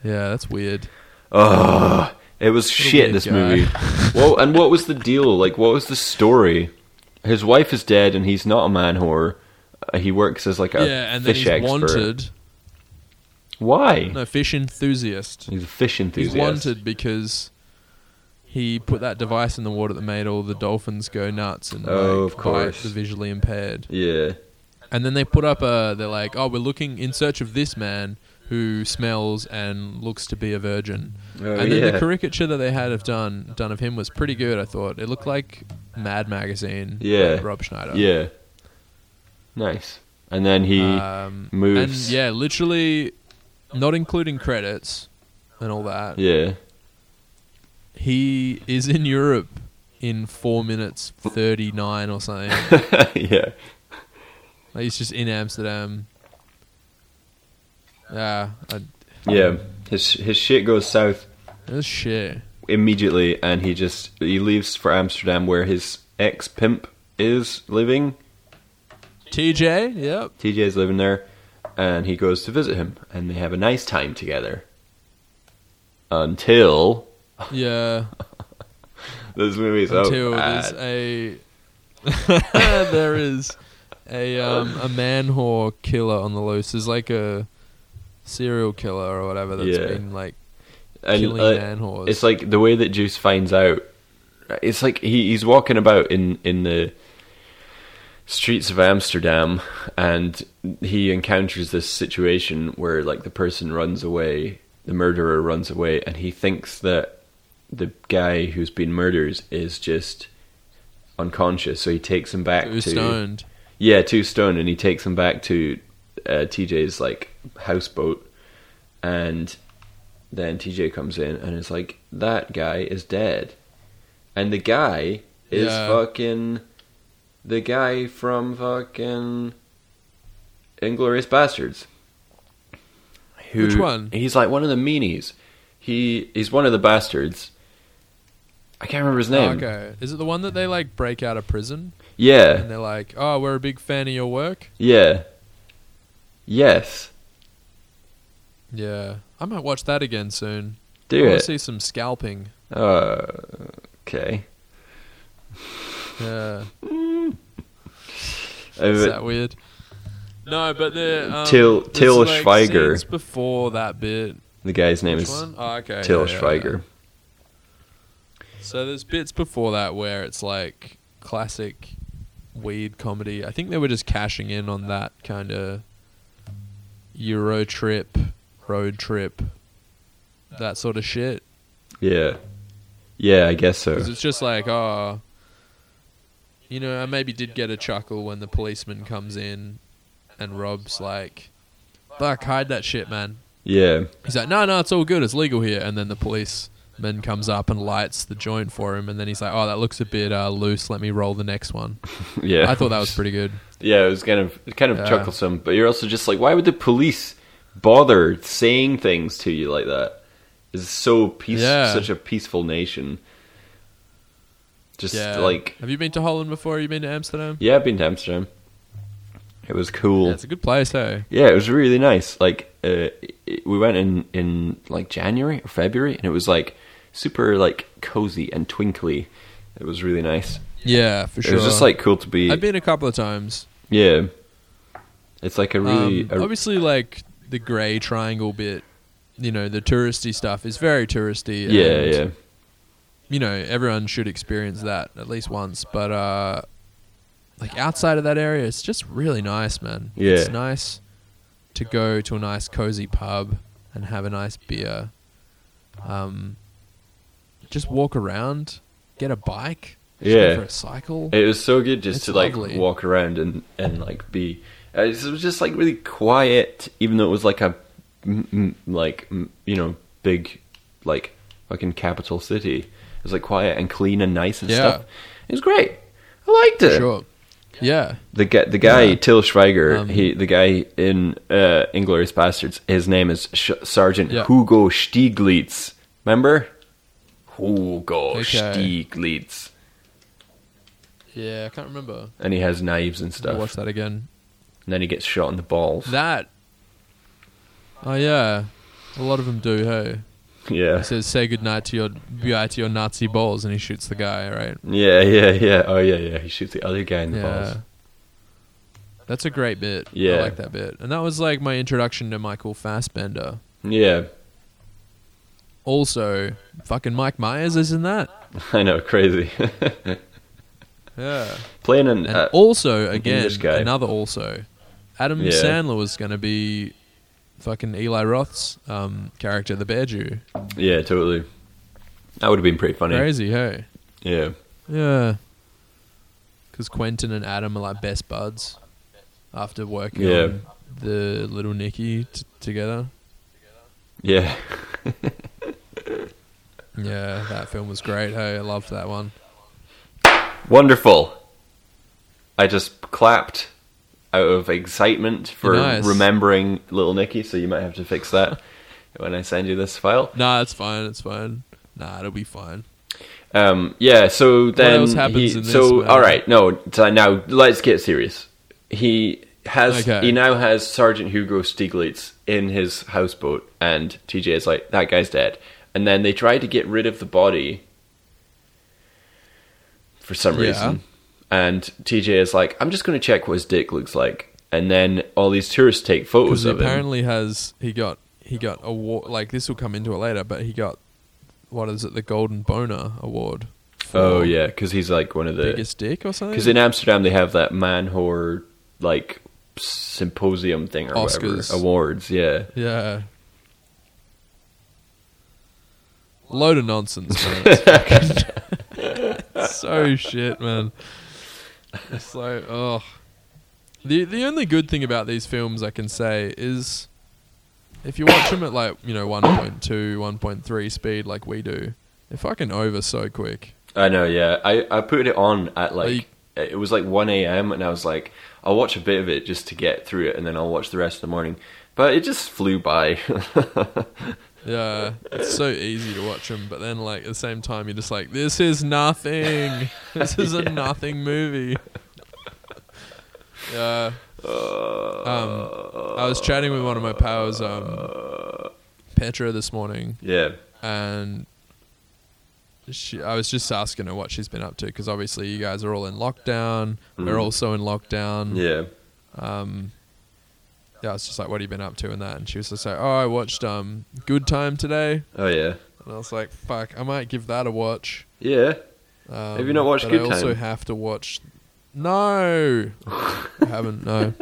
Speaker 1: Yeah, that's weird.
Speaker 2: Ugh. It was shit.
Speaker 1: weird
Speaker 2: This
Speaker 1: guy.
Speaker 2: movie. well, and what was the deal? Like, what was the story? His wife is dead, and he's not a man whore. Uh, he works as like a
Speaker 1: yeah, and then
Speaker 2: fish
Speaker 1: he's
Speaker 2: expert.
Speaker 1: wanted.
Speaker 2: Why?
Speaker 1: No, fish enthusiast.
Speaker 2: He's a fish enthusiast.
Speaker 1: He's wanted because he put that device in the water that made all the dolphins go nuts and
Speaker 2: Oh,
Speaker 1: like,
Speaker 2: of course.
Speaker 1: bite the visually impaired.
Speaker 2: Yeah.
Speaker 1: And then they put up a. They're like, oh, we're looking in search of this man who smells and looks to be a virgin.
Speaker 2: Oh,
Speaker 1: and then the
Speaker 2: yeah.
Speaker 1: caricature that they had of done done of him was pretty good. I thought it looked like Mad Magazine.
Speaker 2: Yeah.
Speaker 1: by Rob Schneider.
Speaker 2: yeah. Nice. And then he
Speaker 1: um,
Speaker 2: moves.
Speaker 1: And yeah, literally, not including credits and all that.
Speaker 2: Yeah.
Speaker 1: He is in Europe in four minutes thirty nine or something.
Speaker 2: yeah.
Speaker 1: like he's just in Amsterdam. Yeah, I,
Speaker 2: Yeah. His his shit goes south
Speaker 1: that's shit.
Speaker 2: immediately, and he just he leaves for Amsterdam, where his ex pimp is living.
Speaker 1: TJ, yep.
Speaker 2: TJ's living there, and he goes to visit him, and they have a nice time together. Until
Speaker 1: Yeah.
Speaker 2: this movie's so
Speaker 1: until
Speaker 2: bad.
Speaker 1: there's a there is a um, a man whore killer on the loose. There's like a serial killer or whatever that's
Speaker 2: Yeah.
Speaker 1: been like
Speaker 2: And,
Speaker 1: killing
Speaker 2: uh,
Speaker 1: man whores.
Speaker 2: it's like the way that Juice finds out. It's like he, he's walking about in in the streets of Amsterdam, and he encounters this situation where like the person runs away, the murderer runs away, and he thinks that the guy who's been murdered is just unconscious. So he takes him back
Speaker 1: who's
Speaker 2: to
Speaker 1: stoned.
Speaker 2: yeah, two stone, and he takes him back to uh, TJ's like houseboat, and then TJ comes in and is like, "That guy is dead," and the guy is
Speaker 1: Yeah.
Speaker 2: fucking the guy from fucking Inglorious Bastards. Who,
Speaker 1: Which one?
Speaker 2: He's like one of the meanies. He he's one of the bastards. I can't remember his name.
Speaker 1: Oh, okay. Is it the one that they like break out of prison and
Speaker 2: Yeah,
Speaker 1: they're like, "Oh, we're a big fan of your work."
Speaker 2: yeah, yes.
Speaker 1: Yeah. I might watch that again soon.
Speaker 2: Do
Speaker 1: I
Speaker 2: it.
Speaker 1: want to Oh, see some scalping.
Speaker 2: Uh, okay.
Speaker 1: Yeah.
Speaker 2: Uh,
Speaker 1: Is that weird? No, but the um,
Speaker 2: Till-
Speaker 1: there's,
Speaker 2: Till
Speaker 1: like,
Speaker 2: Schweiger.
Speaker 1: scenes before that bit.
Speaker 2: the guy's name
Speaker 1: Which
Speaker 2: is
Speaker 1: one? Oh, okay. yeah,
Speaker 2: Till
Speaker 1: yeah, yeah.
Speaker 2: Schweiger.
Speaker 1: So there's bits before that where it's like classic weed comedy. I think they were just cashing in on that kind of Euro trip, road trip, that sort of shit.
Speaker 2: Yeah. Yeah, I guess so.
Speaker 1: Because it's just like, oh, you know, I maybe did get a chuckle when the policeman comes in and Rob's like, fuck, hide that shit, man.
Speaker 2: Yeah.
Speaker 1: He's like, no, no, it's all good. It's legal here. And then the policeman comes up and lights the joint for him. And then he's like, oh, that looks a bit uh, loose. Let me roll the next one.
Speaker 2: Yeah.
Speaker 1: I thought that was pretty good.
Speaker 2: Yeah, it was kind of kind of
Speaker 1: Yeah.
Speaker 2: chucklesome, but you're also just like, why would the police bother saying things to you like that? It's so peace
Speaker 1: Yeah.
Speaker 2: such a peaceful nation. Just
Speaker 1: Yeah.
Speaker 2: like
Speaker 1: have you been to Holland before? Have you been to Amsterdam?
Speaker 2: Yeah, I've been to Amsterdam. It was cool.
Speaker 1: Yeah, it's a good place, hey.
Speaker 2: Yeah, it was really nice. Like uh, it- we went in in like January or February, and it was like super like cozy and twinkly. It was really nice.
Speaker 1: Yeah, for sure.
Speaker 2: It was just like cool to be.
Speaker 1: I've been a couple of times.
Speaker 2: yeah, it's like a really
Speaker 1: Um,
Speaker 2: a-
Speaker 1: obviously, like the grey triangle bit, you know, the touristy stuff is very touristy.
Speaker 2: yeah
Speaker 1: and,
Speaker 2: yeah
Speaker 1: You know, everyone should experience that at least once. But uh, like outside of that area, it's just really nice, man.
Speaker 2: Yeah.
Speaker 1: It's nice to go to a nice cozy pub and have a nice beer. Um, just walk around, get a bike. just go
Speaker 2: Yeah.
Speaker 1: For a cycle.
Speaker 2: It was so good just
Speaker 1: It's
Speaker 2: to like
Speaker 1: lovely.
Speaker 2: walk around and and like be. uh, It was just like really quiet, even though it was like a m- m- like m- you know big like fucking capital city. It was like quiet and clean and nice and
Speaker 1: Yeah.
Speaker 2: stuff. It was great. I liked it.
Speaker 1: sure. Yeah.
Speaker 2: The guy, the guy
Speaker 1: Yeah.
Speaker 2: Till Schweiger,
Speaker 1: Um,
Speaker 2: he the guy in uh, Inglorious Bastards. His name is Sh- Sergeant
Speaker 1: Yeah.
Speaker 2: Hugo Stieglitz. Remember? Oh gosh,
Speaker 1: Okay.
Speaker 2: Stieglitz.
Speaker 1: Yeah, I can't remember.
Speaker 2: And he has knives and
Speaker 1: I'll
Speaker 2: stuff.
Speaker 1: watch that again.
Speaker 2: And then he gets shot in the balls.
Speaker 1: That. Oh yeah, a lot of them do. Hey,
Speaker 2: yeah.
Speaker 1: he says, "Say goodnight to your goodbye to your Nazi balls," and he shoots the guy. Right?
Speaker 2: Yeah, yeah, yeah. Oh yeah, yeah. He shoots the other guy in the
Speaker 1: Yeah.
Speaker 2: balls.
Speaker 1: That's a great bit. I
Speaker 2: Yeah.
Speaker 1: like that bit. And that was like my introduction to Michael Fassbender.
Speaker 2: Yeah.
Speaker 1: Also, fucking Mike Myers is in that.
Speaker 2: I know, crazy.
Speaker 1: Yeah.
Speaker 2: Playing an
Speaker 1: And
Speaker 2: uh,
Speaker 1: also, again,
Speaker 2: this guy.
Speaker 1: another also, Adam
Speaker 2: Yeah.
Speaker 1: Sandler was going to be fucking Eli Roth's um, character, the Bear Jew.
Speaker 2: Yeah, totally. That would have been pretty funny.
Speaker 1: Crazy, hey?
Speaker 2: Yeah.
Speaker 1: Yeah. Because Quentin and Adam are like best buds after working
Speaker 2: Yeah.
Speaker 1: on the Little Nicky t- together.
Speaker 2: Yeah.
Speaker 1: Yeah, that film was great. Hey, I loved that one.
Speaker 2: Wonderful. I just clapped out of excitement for
Speaker 1: Nice.
Speaker 2: remembering Little Nicky, so you might have to fix that when I send you this file.
Speaker 1: Nah, it's fine. It's fine. Nah, it'll be fine.
Speaker 2: Um, yeah, so then
Speaker 1: else happens
Speaker 2: he,
Speaker 1: in this,
Speaker 2: so
Speaker 1: man?
Speaker 2: all right, no, so now let's get serious. He has
Speaker 1: Okay.
Speaker 2: he now has Sergeant Hugo Stieglitz in his houseboat, and TJ is like that guy's dead, and then they try to get rid of the body for some
Speaker 1: Yeah.
Speaker 2: reason, and TJ is like, I'm just going to check what his dick looks like, and then all these tourists take
Speaker 1: Because
Speaker 2: photos
Speaker 1: he
Speaker 2: of him.
Speaker 1: apparently has he got he got award like this will come into it later, but he got what is it the Golden Boner Award? For
Speaker 2: Oh yeah, because he's like one of the
Speaker 1: biggest dick or something.
Speaker 2: Because in Amsterdam they have that man horror like symposium thing or
Speaker 1: Oscars.
Speaker 2: whatever awards. Yeah,
Speaker 1: yeah. Load of nonsense, man. It's fucking- so shit, man. It's like, oh. The the only good thing about these films I can say is if you watch them at like, you know, 1.2, 1.3 speed like we do, they're fucking over so quick.
Speaker 2: I know. Yeah, I I put it on at like.
Speaker 1: Like-
Speaker 2: it was like 1 a.m. and I was like, I'll watch a bit of it just to get through it, and then I'll watch the rest of the morning. But it just flew by.
Speaker 1: Yeah, it's so easy to watch them, but then like at the same time you're just like, this is nothing. This is a nothing movie. Yeah. Um, I was chatting with one of my pals, um, Petra, this morning,
Speaker 2: yeah,
Speaker 1: and she, I was just asking her what she's been up to because obviously you guys are all in lockdown. We're also in lockdown
Speaker 2: yeah,
Speaker 1: yeah, I was just like, "What have you been up to?" and that, and she was just like, "Oh, I watched um Good Time today,"
Speaker 2: oh yeah,
Speaker 1: and I was like, "Fuck, I might give that a watch."
Speaker 2: yeah.
Speaker 1: Um,
Speaker 2: Have you not watched
Speaker 1: but
Speaker 2: Good
Speaker 1: I also
Speaker 2: Time?
Speaker 1: have to watch. No, I haven't. No.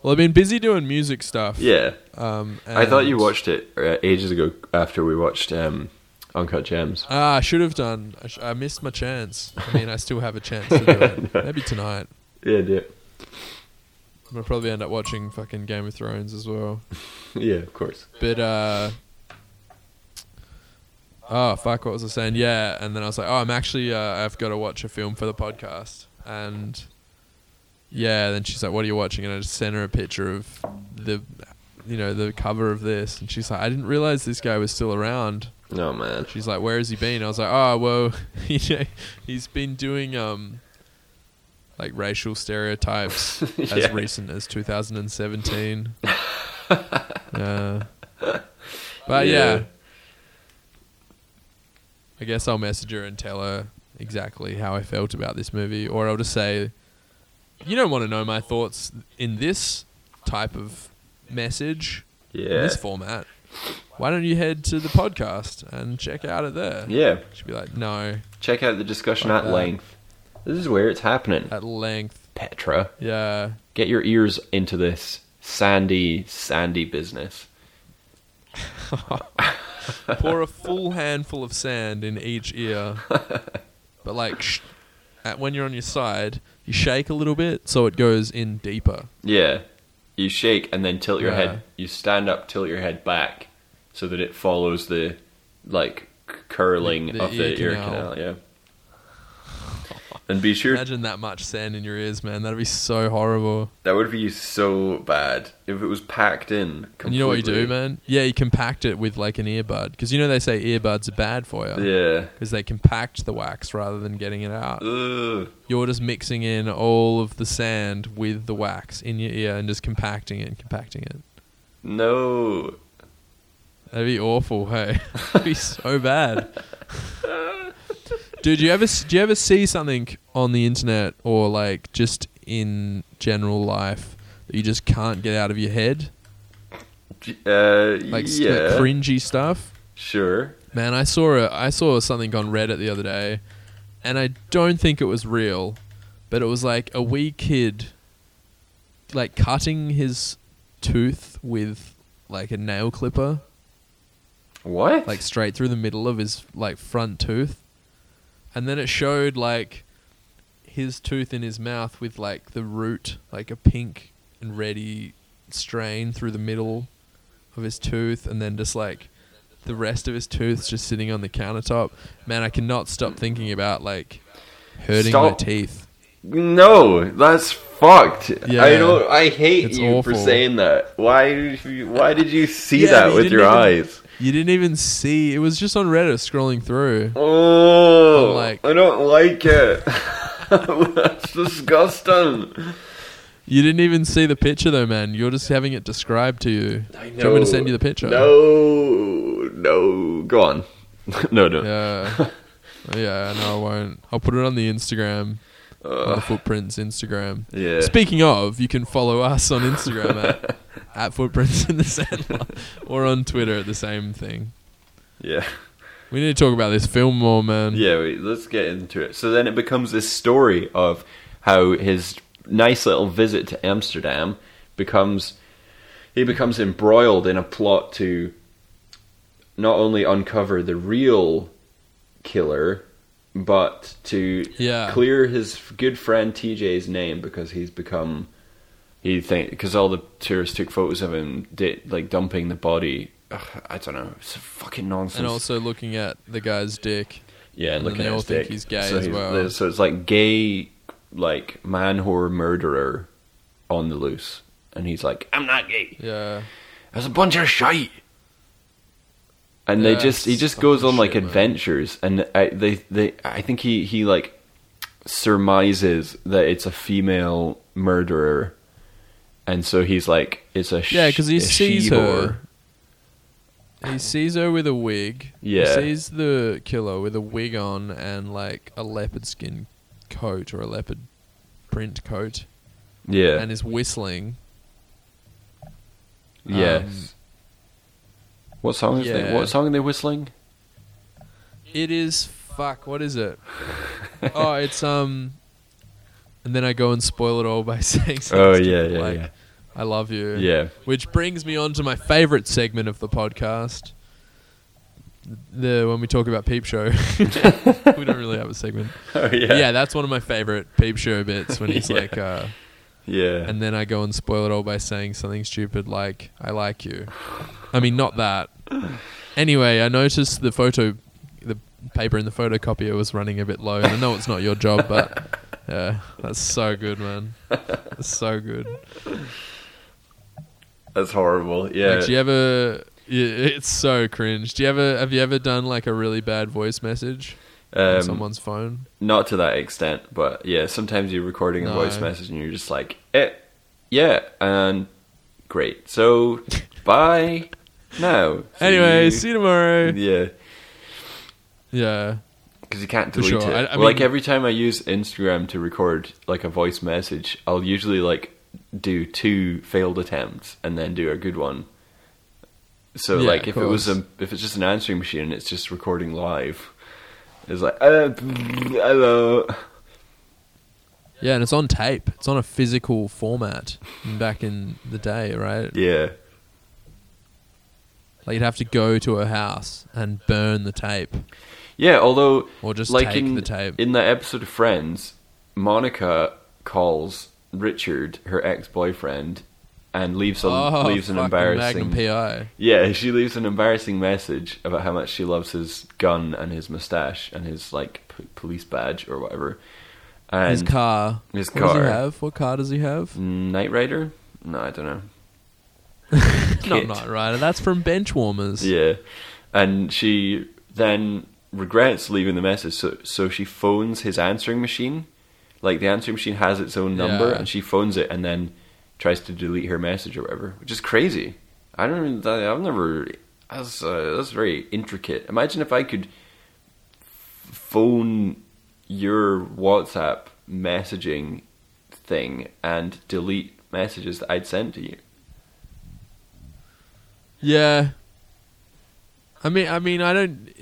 Speaker 1: Well, I've been busy doing music stuff.
Speaker 2: Yeah,
Speaker 1: Um,
Speaker 2: I thought you
Speaker 1: and-
Speaker 2: watched it uh, ages ago after we watched um, Uncut Gems.
Speaker 1: Ah, I should have done. I, sh- I missed my chance. I mean, I still have a chance to do it. Maybe tonight.
Speaker 2: Yeah, yeah,
Speaker 1: I'm gonna probably end up watching fucking Game of Thrones as well.
Speaker 2: yeah. Of course.
Speaker 1: But uh Oh fuck, what was I saying? Yeah, and then I was like, Oh, I'm actually uh, I've gotta watch a film for the podcast and yeah, then she's like, What are you watching? And I just sent her a picture of the you know, the cover of this and she's like, I didn't realise this guy was still around.
Speaker 2: No Oh, man.
Speaker 1: She's like, Where has he been? I was like, Oh well you know, he's been doing um like racial stereotypes as
Speaker 2: Yeah.
Speaker 1: recent as 2017. yeah. But yeah.
Speaker 2: Yeah.
Speaker 1: I guess I'll message her and tell her exactly how I felt about this movie, or I'll just say, "You don't want to know my thoughts in this type of message, in
Speaker 2: Yeah.
Speaker 1: this format. Why don't you head to the podcast and check out it there?"
Speaker 2: Yeah.
Speaker 1: She'd be like, "No,
Speaker 2: Check out the discussion
Speaker 1: Like
Speaker 2: at
Speaker 1: that. Uh,
Speaker 2: length. This is where it's happening.
Speaker 1: at length."
Speaker 2: Petra,
Speaker 1: Yeah.
Speaker 2: get your ears into this sandy, sandy business.
Speaker 1: pour a full handful of sand in each ear. But like, sh- at, when you're on your side, you shake a little bit so it goes in deeper.
Speaker 2: Yeah. You shake and then tilt your
Speaker 1: Yeah.
Speaker 2: head. You stand up, tilt your head back so that it follows the, like, c- curling
Speaker 1: The- the
Speaker 2: of
Speaker 1: ear
Speaker 2: the ear
Speaker 1: canal.
Speaker 2: canal. Yeah. And be sure
Speaker 1: Imagine that much sand in your ears, man. That'd be so horrible.
Speaker 2: that would be so bad if it was packed in. Completely.
Speaker 1: And you know what you do, man? Yeah, you compact it with like an earbud because you know they say earbuds are bad for you.
Speaker 2: Yeah.
Speaker 1: because they compact the wax rather than getting it out.
Speaker 2: Ugh.
Speaker 1: You're just mixing in all of the sand with the wax in your ear and just compacting it and compacting it.
Speaker 2: No.
Speaker 1: That'd be awful, hey. That'd be so bad. Dude, do you ever do you ever see something on the internet or like just in general life that you just can't get out of your head?
Speaker 2: G- Uh,
Speaker 1: Like, s- like
Speaker 2: yeah.
Speaker 1: cringy stuff?
Speaker 2: sure.
Speaker 1: Man, I saw a, I saw something on Reddit the other day, and I don't think it was real, but it was like a wee kid, like cutting his tooth with like a nail clipper,
Speaker 2: What?
Speaker 1: like straight through the middle of his like front tooth, and then it showed like his tooth in his mouth with like the root, like a pink and reddy strain through the middle of his tooth, and then just like the rest of his tooth's just sitting on the countertop. Man, I cannot stop thinking about like hurting my
Speaker 2: Stop.
Speaker 1: teeth.
Speaker 2: No, that's fucked.
Speaker 1: Yeah.
Speaker 2: I don't. I hate
Speaker 1: It's
Speaker 2: you for
Speaker 1: awful.
Speaker 2: saying that. Why? did you- Why did you see
Speaker 1: Yeah, but
Speaker 2: that
Speaker 1: you
Speaker 2: with
Speaker 1: didn't
Speaker 2: your
Speaker 1: even-
Speaker 2: eyes?
Speaker 1: You didn't even see. It was just on Reddit scrolling through.
Speaker 2: Oh,
Speaker 1: I'm like-
Speaker 2: I don't like it. that's disgusting.
Speaker 1: You didn't even see the picture though, man. You're just having it described to you.
Speaker 2: I know.
Speaker 1: Do you want me to send you the picture?
Speaker 2: No, no. Go on. no, no.
Speaker 1: Yeah. yeah, no, I won't. I'll put it on the Instagram. on the
Speaker 2: Ugh,
Speaker 1: Footprints Instagram.
Speaker 2: yeah.
Speaker 1: Speaking of, you can follow us on Instagram at, at Footprints in the Sandlot or on Twitter at the same thing.
Speaker 2: yeah.
Speaker 1: We need to talk about this film more, man.
Speaker 2: Yeah, wait, let's get into it. So then it becomes this story of how his nice little visit to Amsterdam becomes he becomes embroiled in a plot to not only uncover the real killer but to
Speaker 1: Yeah.
Speaker 2: clear his good friend TJ's name because he's become he think because all the tourists took photos of him di- like dumping the body Ugh, I don't know it's fucking nonsense
Speaker 1: And also looking at the guy's dick.
Speaker 2: yeah, and
Speaker 1: And
Speaker 2: looking
Speaker 1: they
Speaker 2: at
Speaker 1: all
Speaker 2: his
Speaker 1: think
Speaker 2: dick.
Speaker 1: he's gay
Speaker 2: so
Speaker 1: as well.
Speaker 2: there's- So it's like gay, like man whore murderer on the loose, and he's like, "I'm not gay.
Speaker 1: Yeah.
Speaker 2: It's a bunch of shite." And
Speaker 1: Yeah,
Speaker 2: they just he
Speaker 1: it's
Speaker 2: just goes
Speaker 1: fucking
Speaker 2: on like
Speaker 1: shit, man.
Speaker 2: adventures, and I, they they I think he he like surmises that it's a female murderer, and so he's like, "It's a sh-
Speaker 1: Yeah, because he
Speaker 2: a
Speaker 1: sees
Speaker 2: she whore.
Speaker 1: her. He sees her with a wig.
Speaker 2: Yeah.
Speaker 1: He sees the killer with a wig on and like a leopard skin coat or a leopard print coat
Speaker 2: Yeah,
Speaker 1: and is whistling.
Speaker 2: yes. what song is
Speaker 1: um, yeah.
Speaker 2: they? What song are they whistling?
Speaker 1: It is fuck. What is it? oh, it's um. And then I go and spoil it all by saying something.
Speaker 2: Oh, yeah,
Speaker 1: stupid
Speaker 2: yeah,
Speaker 1: like,
Speaker 2: yeah.
Speaker 1: I love you.
Speaker 2: Yeah.
Speaker 1: Which brings me on to my favorite segment of the podcast. The when we talk about peep show, we don't really have a segment.
Speaker 2: Oh
Speaker 1: Yeah,
Speaker 2: yeah.
Speaker 1: that's one of my favorite peep show bits when he's
Speaker 2: Yeah.
Speaker 1: like, uh,
Speaker 2: Yeah.
Speaker 1: and then I go and spoil it all by saying something stupid like "I like you." I mean, not that. Anyway, I noticed the photo, the paper in the photocopier was running a bit low, and I know it's not your job, but yeah, that's so good, man. That's so good.
Speaker 2: That's horrible. Yeah.
Speaker 1: Like, do you ever? Yeah, it's so cringe. Do you ever? Have you ever done like a really bad voice message on
Speaker 2: um,
Speaker 1: someone's phone?
Speaker 2: Not to that extent, but yeah, sometimes you're recording a
Speaker 1: No.
Speaker 2: voice message and you're just like, eh, yeah, and great. So, bye now. See
Speaker 1: Anyway,
Speaker 2: you-
Speaker 1: see you tomorrow.
Speaker 2: Yeah,
Speaker 1: Yeah.
Speaker 2: because you can't
Speaker 1: For
Speaker 2: delete
Speaker 1: sure.
Speaker 2: it.
Speaker 1: I- I
Speaker 2: Well, like
Speaker 1: mean-
Speaker 2: every time I use Instagram to record like a voice message, I'll usually like do two failed attempts and then do a good one. So
Speaker 1: Yeah,
Speaker 2: like
Speaker 1: of
Speaker 2: if it was
Speaker 1: course.
Speaker 2: a if it's just an answering machine and it's just recording live, it's like uh, hello.
Speaker 1: Yeah, and it's on tape. It's on a physical format back in the day, right?
Speaker 2: Yeah.
Speaker 1: Like you'd have to go to her house and burn the tape.
Speaker 2: Yeah, although
Speaker 1: Or just
Speaker 2: like
Speaker 1: take
Speaker 2: in
Speaker 1: the tape.
Speaker 2: in that episode of Friends, Monica calls Richard, her ex-boyfriend, and leaves a, leaves an
Speaker 1: Oh, fucking
Speaker 2: embarrassing
Speaker 1: Magnum PI.
Speaker 2: Yeah, she leaves an embarrassing message about how much she loves his gun and his mustache and his like p- police badge or whatever. And
Speaker 1: his car.
Speaker 2: his
Speaker 1: What does
Speaker 2: car.
Speaker 1: he have? What car does he have?
Speaker 2: Knight Rider? No, I don't know.
Speaker 1: Not
Speaker 2: Kit.
Speaker 1: Knight Rider. That's from Benchwarmers.
Speaker 2: Yeah. And she then regrets leaving the message, so, so she phones his answering machine. Like, the answering machine has its own number,
Speaker 1: Yeah.
Speaker 2: and she phones it and then tries to delete her message or whatever, which is crazy. I don't even, that- I've never, that's, uh, that's very intricate. Imagine if I could phone your WhatsApp messaging thing and delete messages that I'd sent to you.
Speaker 1: Yeah. I mean, I mean, I don't.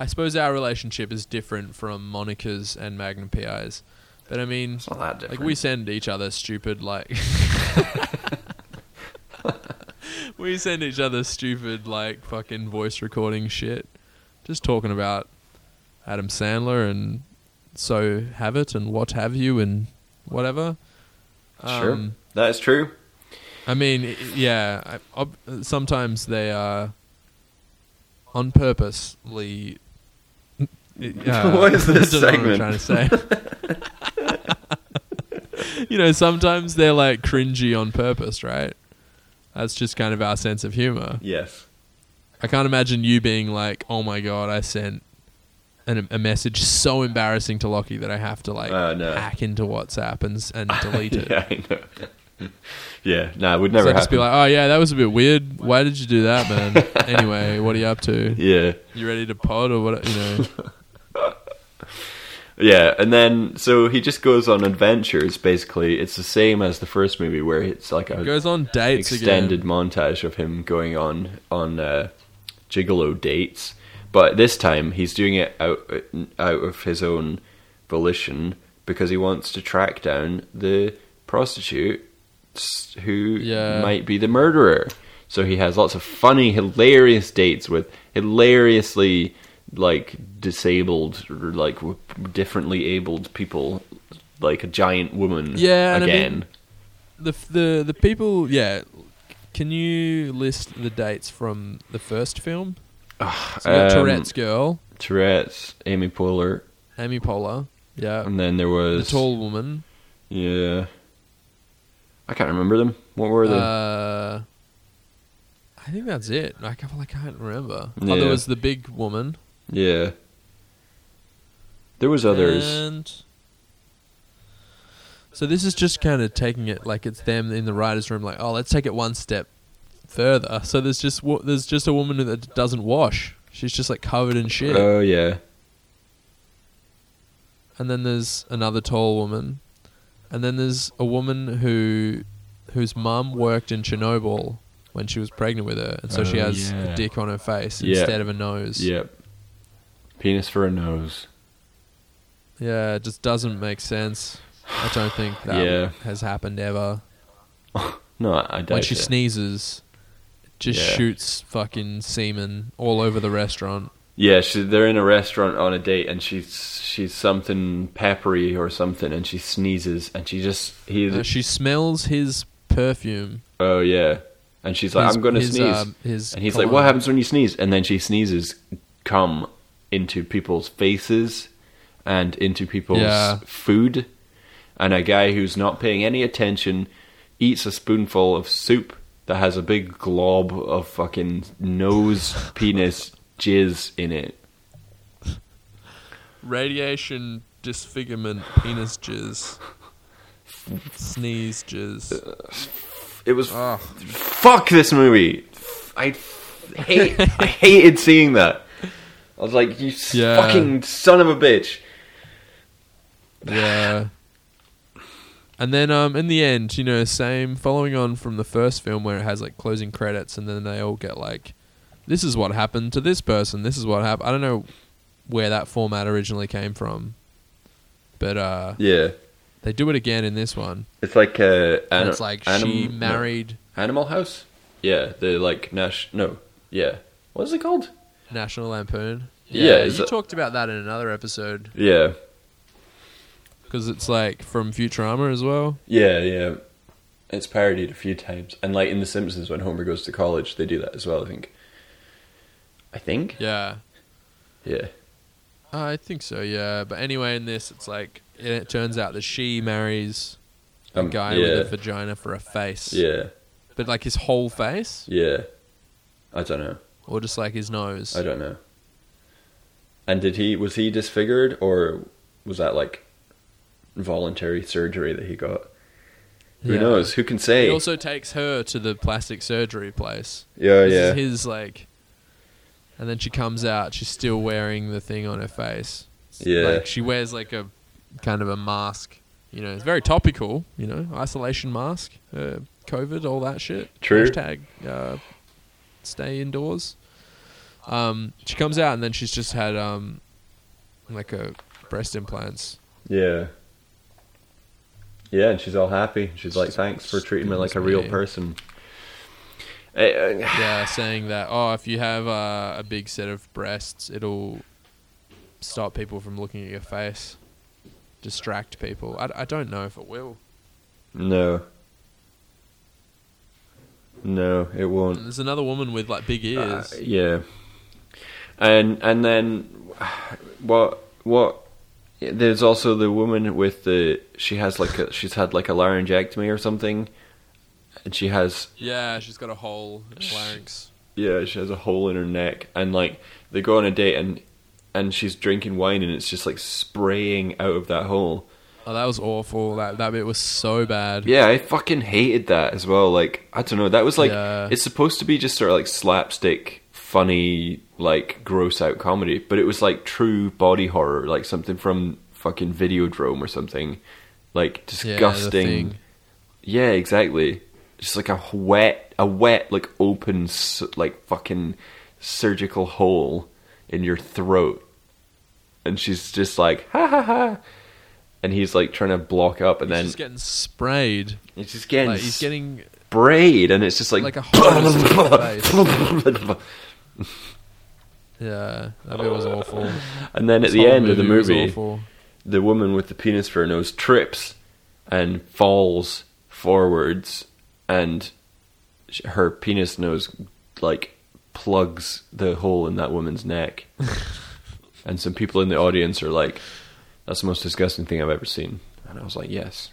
Speaker 1: I suppose our relationship is different from Monica's and Magnum PI's, but I mean,
Speaker 2: It's not that different.
Speaker 1: like we send each other stupid like. we send each other stupid like fucking voice recording shit, just talking about Adam Sandler and so have it and what have you and whatever. Um,
Speaker 2: sure. That is true.
Speaker 1: I mean, i- yeah. I, ob- sometimes they are on purposely. Yeah,
Speaker 2: What is this
Speaker 1: I don't know what I'm
Speaker 2: segment?
Speaker 1: trying to say. you know, sometimes they're like cringy on purpose, right? That's just kind of our sense of humor.
Speaker 2: Yes.
Speaker 1: I can't imagine you being like, "Oh my god, I sent an, a message so embarrassing to Lockie that I have to like
Speaker 2: Oh, no.
Speaker 1: hack into WhatsApp and s- and delete it."
Speaker 2: yeah, I know. yeah, no, it would never
Speaker 1: so I'd just
Speaker 2: happen.
Speaker 1: be like, oh yeah, that was a bit weird. Why did you do that, man? anyway, what are you up to?
Speaker 2: yeah,
Speaker 1: You ready to pod or what? You know,
Speaker 2: yeah, and then so he just goes on adventures. Basically, it's the same as the first movie, where it's like a
Speaker 1: goes on dates
Speaker 2: extended
Speaker 1: again.
Speaker 2: montage of him going on on uh, gigolo dates, but this time he's doing it out out of his own volition because he wants to track down the prostitute s- who
Speaker 1: Yeah.
Speaker 2: might be the murderer. So he has lots of funny, hilarious dates with hilariously like disabled, or, like w- differently abled people, like a giant woman.
Speaker 1: Yeah, and I
Speaker 2: again.
Speaker 1: mean- The f- the the people, yeah. Can you list the dates from the first film? So you got
Speaker 2: Um,
Speaker 1: Tourette's girl,
Speaker 2: Tourette's, Amy Poehler,
Speaker 1: Amy Poehler, yeah,
Speaker 2: and then there
Speaker 1: the
Speaker 2: was
Speaker 1: tall woman,
Speaker 2: Yeah, I can't remember them. What were they?
Speaker 1: uh, I think that's it. I can't, well, I can't remember. Oh,
Speaker 2: Yeah.
Speaker 1: there was the big woman.
Speaker 2: yeah, there was others.
Speaker 1: And so this is just kind of taking it like it's them in the writers' room. Like, oh, let's take it one step further. So there's just wo- there's just a woman that doesn't wash. She's just like covered in shit.
Speaker 2: Oh yeah,
Speaker 1: and then there's another tall woman, and then there's a woman who whose mum worked in Chernobyl when she was pregnant with her, and so she
Speaker 2: Oh,
Speaker 1: has
Speaker 2: yeah.
Speaker 1: a dick on her face
Speaker 2: Yeah.
Speaker 1: instead of a nose.
Speaker 2: yep. Penis for a nose.
Speaker 1: Yeah, it just doesn't make sense. I don't think that
Speaker 2: Yeah.
Speaker 1: has happened ever.
Speaker 2: No, I I doubt
Speaker 1: when she
Speaker 2: it.
Speaker 1: sneezes, it just
Speaker 2: Yeah.
Speaker 1: shoots fucking semen all over the restaurant.
Speaker 2: yeah, she, they're in a restaurant on a date, and she's she's something peppery or something, and she sneezes, and she just he.
Speaker 1: Uh, she smells his perfume.
Speaker 2: oh yeah, and she's like,
Speaker 1: his-
Speaker 2: I'm gonna
Speaker 1: his,
Speaker 2: sneeze.
Speaker 1: um, his
Speaker 2: And he's like, "What
Speaker 1: cologne.
Speaker 2: happens when you sneeze?" And then she sneezes, come into people's faces and into people's
Speaker 1: Yeah.
Speaker 2: food. And a guy who's not paying any attention eats a spoonful of soup that has a big glob of fucking nose, penis, jizz in it.
Speaker 1: Radiation disfigurement, penis jizz, sneeze jizz. Ah.
Speaker 2: It was fuck this movie. I hate. I hated seeing that. I was like, "You s-
Speaker 1: Yeah.
Speaker 2: fucking son of a bitch."
Speaker 1: Yeah. And then um, in the end, you know, same following on from the first film where it has like closing credits and then they all get like, this is what happened to this person. This is what happened. I don't know where that format originally came from, but uh,
Speaker 2: Yeah.
Speaker 1: they do it again in this one.
Speaker 2: It's like uh,
Speaker 1: And
Speaker 2: ani-
Speaker 1: it's like
Speaker 2: anim-
Speaker 1: she
Speaker 2: no.
Speaker 1: married
Speaker 2: Animal House. Yeah, the like Nash. No, yeah. What is it called?
Speaker 1: National Lampoon.
Speaker 2: Yeah,
Speaker 1: you
Speaker 2: is that-
Speaker 1: talked about that in another episode
Speaker 2: Yeah,
Speaker 1: because it's like from Futurama as well.
Speaker 2: yeah, yeah. It's parodied a few times, and like in The Simpsons, when Homer goes to college, they do that as well. I think. I think.
Speaker 1: Yeah.
Speaker 2: Yeah.
Speaker 1: I think so, yeah. But anyway, in this, it's like it turns out that she marries a
Speaker 2: Um,
Speaker 1: guy
Speaker 2: yeah,
Speaker 1: with a vagina for a face,
Speaker 2: yeah,
Speaker 1: but like his whole face,
Speaker 2: yeah. I don't know.
Speaker 1: or just like his nose.
Speaker 2: I don't know. And did he was he disfigured or was that like voluntary surgery that he got? Who
Speaker 1: Yeah.
Speaker 2: knows? Who can
Speaker 1: He
Speaker 2: say?
Speaker 1: also takes her to the plastic surgery place.
Speaker 2: yeah,
Speaker 1: this
Speaker 2: yeah.
Speaker 1: is his like, and then she comes out. She's still wearing the thing on her face.
Speaker 2: Yeah.
Speaker 1: like, she wears like a kind of a mask. You know, it's very topical. You know, isolation mask, uh, COVID, all that shit.
Speaker 2: True.
Speaker 1: Hashtag uh, stay indoors. Um, she comes out and then she's just had um, like a breast implants.
Speaker 2: Yeah. Yeah, and she's all happy. She's like, "Thanks for treating me like a real
Speaker 1: Yeah.
Speaker 2: person." Eh, eh,
Speaker 1: Yeah, saying that oh, if you have uh, a big set of breasts, it'll stop people from looking at your face, distract people. I, I don't know if it will.
Speaker 2: No. No, it
Speaker 1: And
Speaker 2: won't.
Speaker 1: there's another woman with like big
Speaker 2: Uh,
Speaker 1: ears.
Speaker 2: yeah. And and then what what there's also the woman with the she has like a she's had like a laryngectomy or something and she has
Speaker 1: yeah, she's got a hole in her larynx.
Speaker 2: Yeah, she has a hole in her neck, and like they go on a date, and and she's drinking wine, and it's just like spraying out of that hole.
Speaker 1: Oh, that was awful. That that bit was so bad.
Speaker 2: Yeah, I fucking hated that as well. Like I don't know, that was like
Speaker 1: Yeah.
Speaker 2: it's supposed to be just sort of like slapstick, funny, like gross out comedy, but it was like true body horror, like something from fucking Videodrome or something, like
Speaker 1: Yeah, the
Speaker 2: disgusting.
Speaker 1: thing.
Speaker 2: Yeah, exactly. Just like a wet, a wet, like open, s- like fucking surgical hole in your throat, and she's just like ha ha ha, and he's like trying to block up, and
Speaker 1: He's
Speaker 2: then
Speaker 1: just getting sprayed.
Speaker 2: it's just getting
Speaker 1: Like he's getting
Speaker 2: sprayed, and it's just like,
Speaker 1: Like a hole yeah. That bit was awful.
Speaker 2: and then at
Speaker 1: This
Speaker 2: the
Speaker 1: whole
Speaker 2: end of the
Speaker 1: was
Speaker 2: movie,
Speaker 1: awful.
Speaker 2: the woman with the penis for a nose trips and falls forwards, and sh- her penis nose like plugs the hole in that woman's neck. and some people in the audience are like, "That's the most disgusting thing I've ever seen." And I was like, "Yes."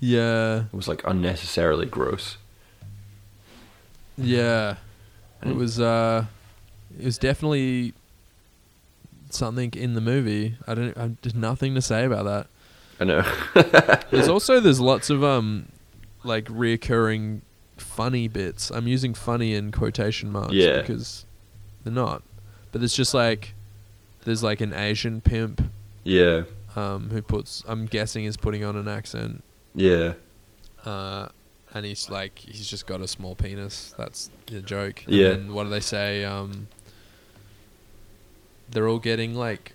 Speaker 1: Yeah,
Speaker 2: It was like unnecessarily gross.
Speaker 1: yeah. It
Speaker 2: Mm.
Speaker 1: was. uh It was definitely something in the movie. I don't. I, there's nothing to say about that.
Speaker 2: I know.
Speaker 1: There's also there's lots of um, like reoccurring funny bits. I'm using funny in quotation marks
Speaker 2: Yeah.
Speaker 1: because they're not. But it's just like there's like an Asian pimp
Speaker 2: yeah.
Speaker 1: um, who puts. I'm guessing is putting on an accent.
Speaker 2: Yeah.
Speaker 1: uh, and he's like he's just got a small penis. That's the joke. And
Speaker 2: Yeah.
Speaker 1: then what do they say? Um, they're all getting like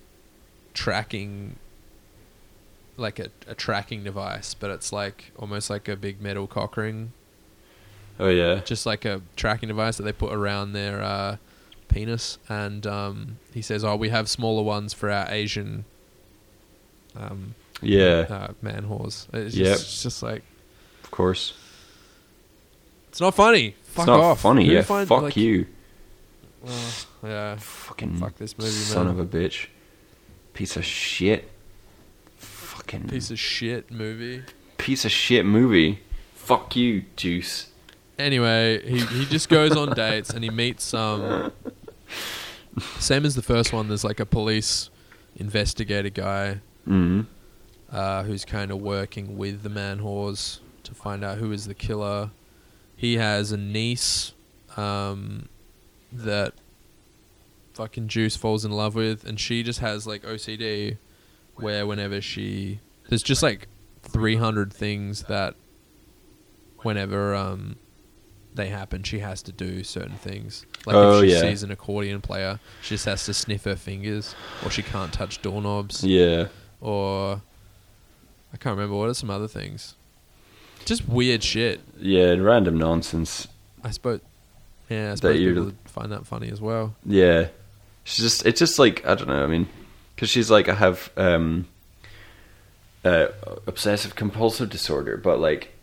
Speaker 1: tracking, like a, a tracking device, but it's like almost like a big metal cock ring,
Speaker 2: Oh yeah.
Speaker 1: just like a tracking device that they put around their uh, penis. And um, he says, "Oh, we have smaller ones for our Asian." Um,
Speaker 2: Yeah.
Speaker 1: uh, man whores. It's just,
Speaker 2: Yep.
Speaker 1: it's just like
Speaker 2: Of course.
Speaker 1: It's not funny. Fuck
Speaker 2: it's not
Speaker 1: off.
Speaker 2: funny.
Speaker 1: Who
Speaker 2: yeah.
Speaker 1: find-
Speaker 2: fuck
Speaker 1: like-
Speaker 2: you.
Speaker 1: Uh, yeah.
Speaker 2: Fucking
Speaker 1: Fuck this movie,
Speaker 2: son
Speaker 1: man.
Speaker 2: of a bitch. Piece of shit. Fucking
Speaker 1: Piece of shit movie.
Speaker 2: piece of shit movie. Fuck you, Juice.
Speaker 1: Anyway, he, he just goes on dates and he meets um same as the first one, there's like a police investigator guy
Speaker 2: Mm.
Speaker 1: uh, who's kind of working with the man whores to find out who is the killer. He has a niece um, that fucking Juice falls in love with, and she just has like OCD where whenever she. There's just like 300 things that whenever um, they happen, she has to do certain things. Like
Speaker 2: Oh,
Speaker 1: if she
Speaker 2: yeah.
Speaker 1: sees an accordion player, she just has to sniff her fingers, or she can't touch doorknobs
Speaker 2: Yeah.
Speaker 1: or I can't remember what are some other things. Just weird shit.
Speaker 2: Yeah, and random nonsense.
Speaker 1: I suppose. Yeah, I suppose
Speaker 2: you're-
Speaker 1: people would find that funny as well.
Speaker 2: Yeah. She's just it's just like I don't know, I mean, cuz she's like I have um uh obsessive compulsive disorder, but like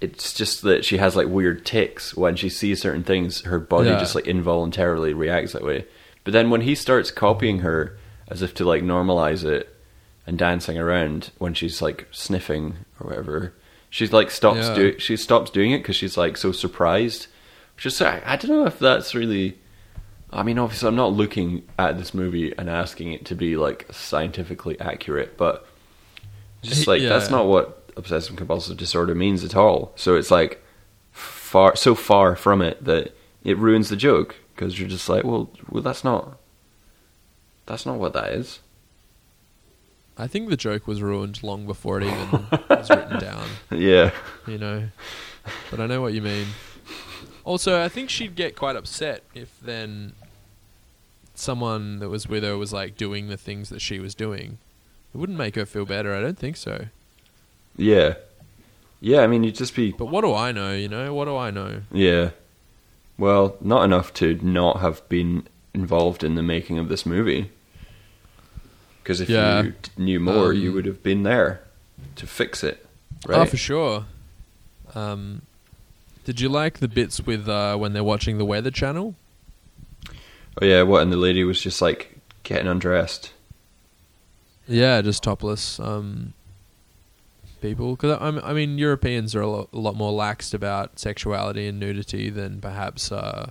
Speaker 2: it's just that she has like weird ticks when she sees certain things her body
Speaker 1: Yeah.
Speaker 2: just like involuntarily reacts that way. But then when he starts copying her as if to like normalize it and dancing around when she's like sniffing or whatever. She's like stops
Speaker 1: Yeah.
Speaker 2: do she stops doing it because she's like so surprised. Just I, I don't know if that's really. I mean, obviously, I'm not looking at this movie and asking it to be like scientifically accurate, but just like that's
Speaker 1: Yeah.
Speaker 2: not what obsessive compulsive disorder means at all. So it's like far so far from it that it ruins the joke because you're just like, well, well, that's not that's not what that is.
Speaker 1: I think the joke was ruined long before it even was written down.
Speaker 2: Yeah.
Speaker 1: you know. But I know what you mean. Also, I think she'd get quite upset if then someone that was with her was like doing the things that she was doing. It wouldn't make her feel better, I don't think so.
Speaker 2: Yeah. Yeah, I mean, you'd just be.
Speaker 1: But what do I know, you know? What do I know?
Speaker 2: Yeah. Well, not enough to not have been involved in the making of this movie. Because if
Speaker 1: Yeah.
Speaker 2: you t- knew more, you
Speaker 1: Um,
Speaker 2: would have been there to fix it,
Speaker 1: Oh,
Speaker 2: right?
Speaker 1: for sure. Um, did you like the bits with uh, when they're watching the Weather Channel?
Speaker 2: Oh, yeah, what? And the lady was just like getting undressed.
Speaker 1: Yeah, just topless um, people. Because I, I mean, Europeans are a lot, a lot more laxed about sexuality and nudity than perhaps, uh,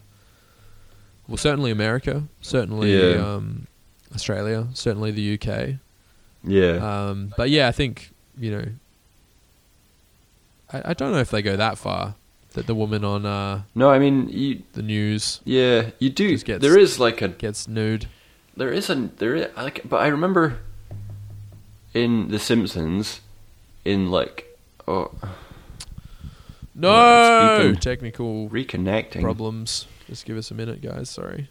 Speaker 1: well, certainly America, certainly
Speaker 2: Yeah.
Speaker 1: um, Australia, certainly the UK.
Speaker 2: Yeah.
Speaker 1: Um, but yeah, I think you know, I, I don't know if they go that far. That the woman on uh,
Speaker 2: no, I mean, you.
Speaker 1: the news
Speaker 2: Yeah, you do.
Speaker 1: Just gets-
Speaker 2: There is like a
Speaker 1: gets nude.
Speaker 2: There is a there is, like, but I remember in The Simpsons, in like oh Yeah, it's
Speaker 1: No
Speaker 2: beeping.
Speaker 1: technical
Speaker 2: reconnecting.
Speaker 1: problems. Just give us a minute, guys. Sorry.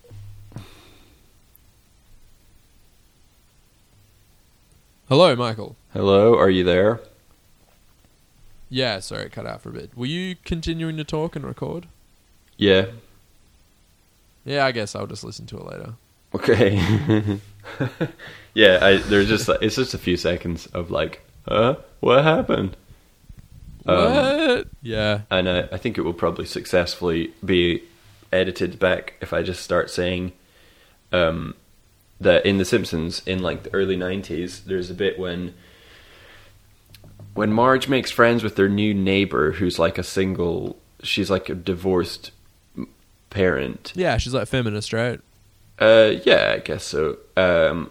Speaker 1: Hello, Michael.
Speaker 2: Hello, are you there?
Speaker 1: Yeah, sorry, it cut out for a bit. Were you continuing to talk and record?
Speaker 2: Yeah.
Speaker 1: Yeah, I guess I'll just listen to it later.
Speaker 2: Okay. yeah, I, there's just like, it's just a few seconds of like, huh, what happened? Um,
Speaker 1: what? Yeah.
Speaker 2: and I, I think it will probably successfully be edited back if I just start saying um, that in The Simpsons, in like the early '90s, there's a bit when when Marge makes friends with their new neighbor, who's like a single, she's like a divorced m- parent.
Speaker 1: Yeah, she's like feminist, right?
Speaker 2: Uh, yeah, I guess so. Um,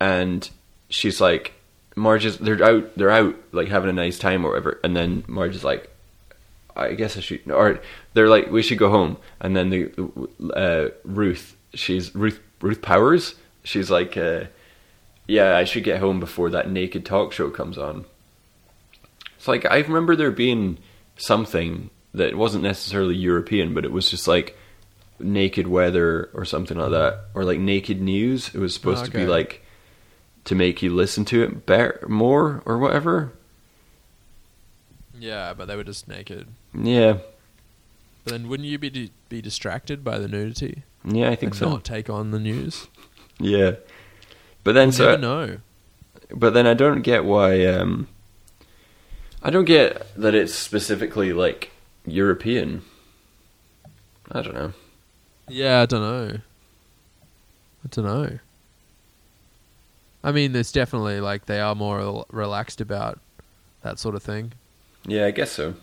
Speaker 2: and she's like, Marge is they're out, they're out like having a nice time or whatever, and then Marge is like, I guess I should, or they're like, we should go home, and then the uh, Ruth, she's Ruth Ruth Powers, she's like, uh, yeah, I should get home before that naked talk show comes on. It's like I remember there being something that wasn't necessarily European, but it was just like naked weather or something like that, or like naked news. It was supposed to be
Speaker 1: Okay.
Speaker 2: like to make you listen to it better, more or whatever.
Speaker 1: Yeah, but they were just naked.
Speaker 2: Yeah,
Speaker 1: But then wouldn't you be di- be distracted by the nudity?
Speaker 2: yeah, I think
Speaker 1: and
Speaker 2: so.
Speaker 1: Not take on the news.
Speaker 2: Yeah, but then
Speaker 1: You never
Speaker 2: so,
Speaker 1: know.
Speaker 2: but then I don't get why. Um, I don't get that it's specifically like European. I don't know.
Speaker 1: Yeah, I don't know. I don't know. I mean, there's definitely like they are more rel- relaxed about that sort of thing.
Speaker 2: Yeah, I guess so.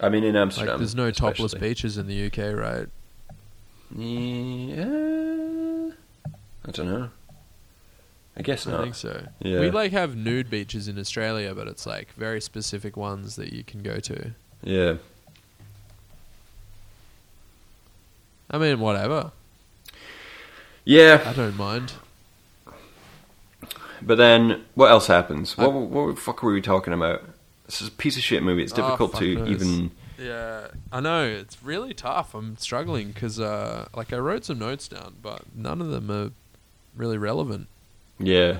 Speaker 2: I mean, in
Speaker 1: Like,
Speaker 2: Amsterdam,
Speaker 1: there's no topless
Speaker 2: especially.
Speaker 1: beaches in the UK, right?
Speaker 2: Yeah, I don't know. I guess
Speaker 1: I
Speaker 2: not.
Speaker 1: think so.
Speaker 2: Yeah.
Speaker 1: We like have nude beaches in Australia, but it's like very specific ones that you can go to.
Speaker 2: Yeah,
Speaker 1: I mean, whatever.
Speaker 2: yeah.
Speaker 1: I don't mind.
Speaker 2: But then, what else happens?
Speaker 1: I-
Speaker 2: what, what the fuck were we talking about? This is a piece of shit movie. It's
Speaker 1: Oh,
Speaker 2: difficult
Speaker 1: fuck
Speaker 2: to
Speaker 1: knows.
Speaker 2: even.
Speaker 1: Yeah, I know it's really tough. I'm struggling because, uh, like, I wrote some notes down, but none of them are really relevant.
Speaker 2: Yeah.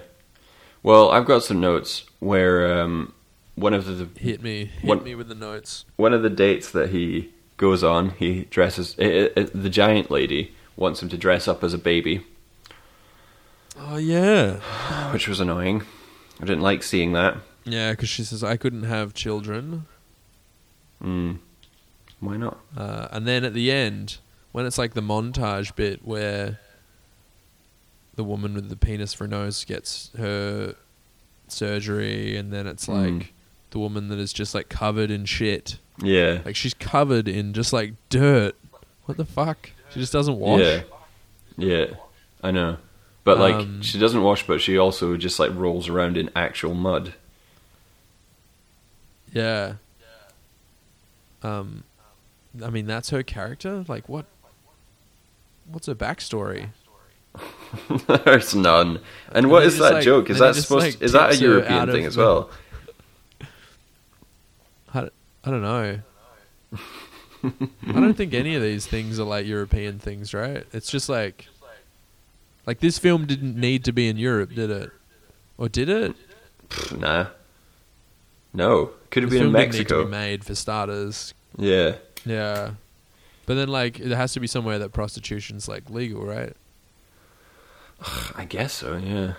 Speaker 2: Well, I've got some notes where um, one of the
Speaker 1: Hit me, hit
Speaker 2: What-
Speaker 1: me with the notes.
Speaker 2: one of the dates that he goes on, he dresses i i i- the giant lady wants him to dress up as a baby,
Speaker 1: Oh yeah,
Speaker 2: which was annoying. I didn't like seeing that.
Speaker 1: yeah. Because she says I couldn't have children,
Speaker 2: Mm. Why not?
Speaker 1: uh, and then at the end, when it's like the montage bit where the woman with the penis for a nose gets her surgery, and then it's like
Speaker 2: Mm.
Speaker 1: the woman that is just like covered in shit.
Speaker 2: Yeah.
Speaker 1: Like she's covered in just like dirt. What the fuck? She just doesn't wash.
Speaker 2: Yeah. Yeah. I know. But like
Speaker 1: Um,
Speaker 2: she doesn't wash but she also just like rolls around in actual mud.
Speaker 1: Yeah. Um, I mean that's her character. Like what? What's her backstory?
Speaker 2: There's none. And
Speaker 1: And
Speaker 2: what
Speaker 1: they
Speaker 2: is
Speaker 1: just,
Speaker 2: that
Speaker 1: like-
Speaker 2: joke? Is
Speaker 1: and they
Speaker 2: that
Speaker 1: just,
Speaker 2: supposed
Speaker 1: like,
Speaker 2: is that a
Speaker 1: tips her
Speaker 2: European
Speaker 1: out
Speaker 2: thing
Speaker 1: of
Speaker 2: as
Speaker 1: the-
Speaker 2: well?
Speaker 1: I don't know. I don't think any of these things are like European things, right? It's just like, like this film didn't need to be in Europe, did it? Or did it?
Speaker 2: Pff, nah. No. Could have
Speaker 1: This
Speaker 2: been in
Speaker 1: film didn't need to
Speaker 2: Mexico.
Speaker 1: be made for starters.
Speaker 2: yeah.
Speaker 1: Yeah, but then like it has to be somewhere that prostitution's like legal, right?
Speaker 2: I guess so, yeah.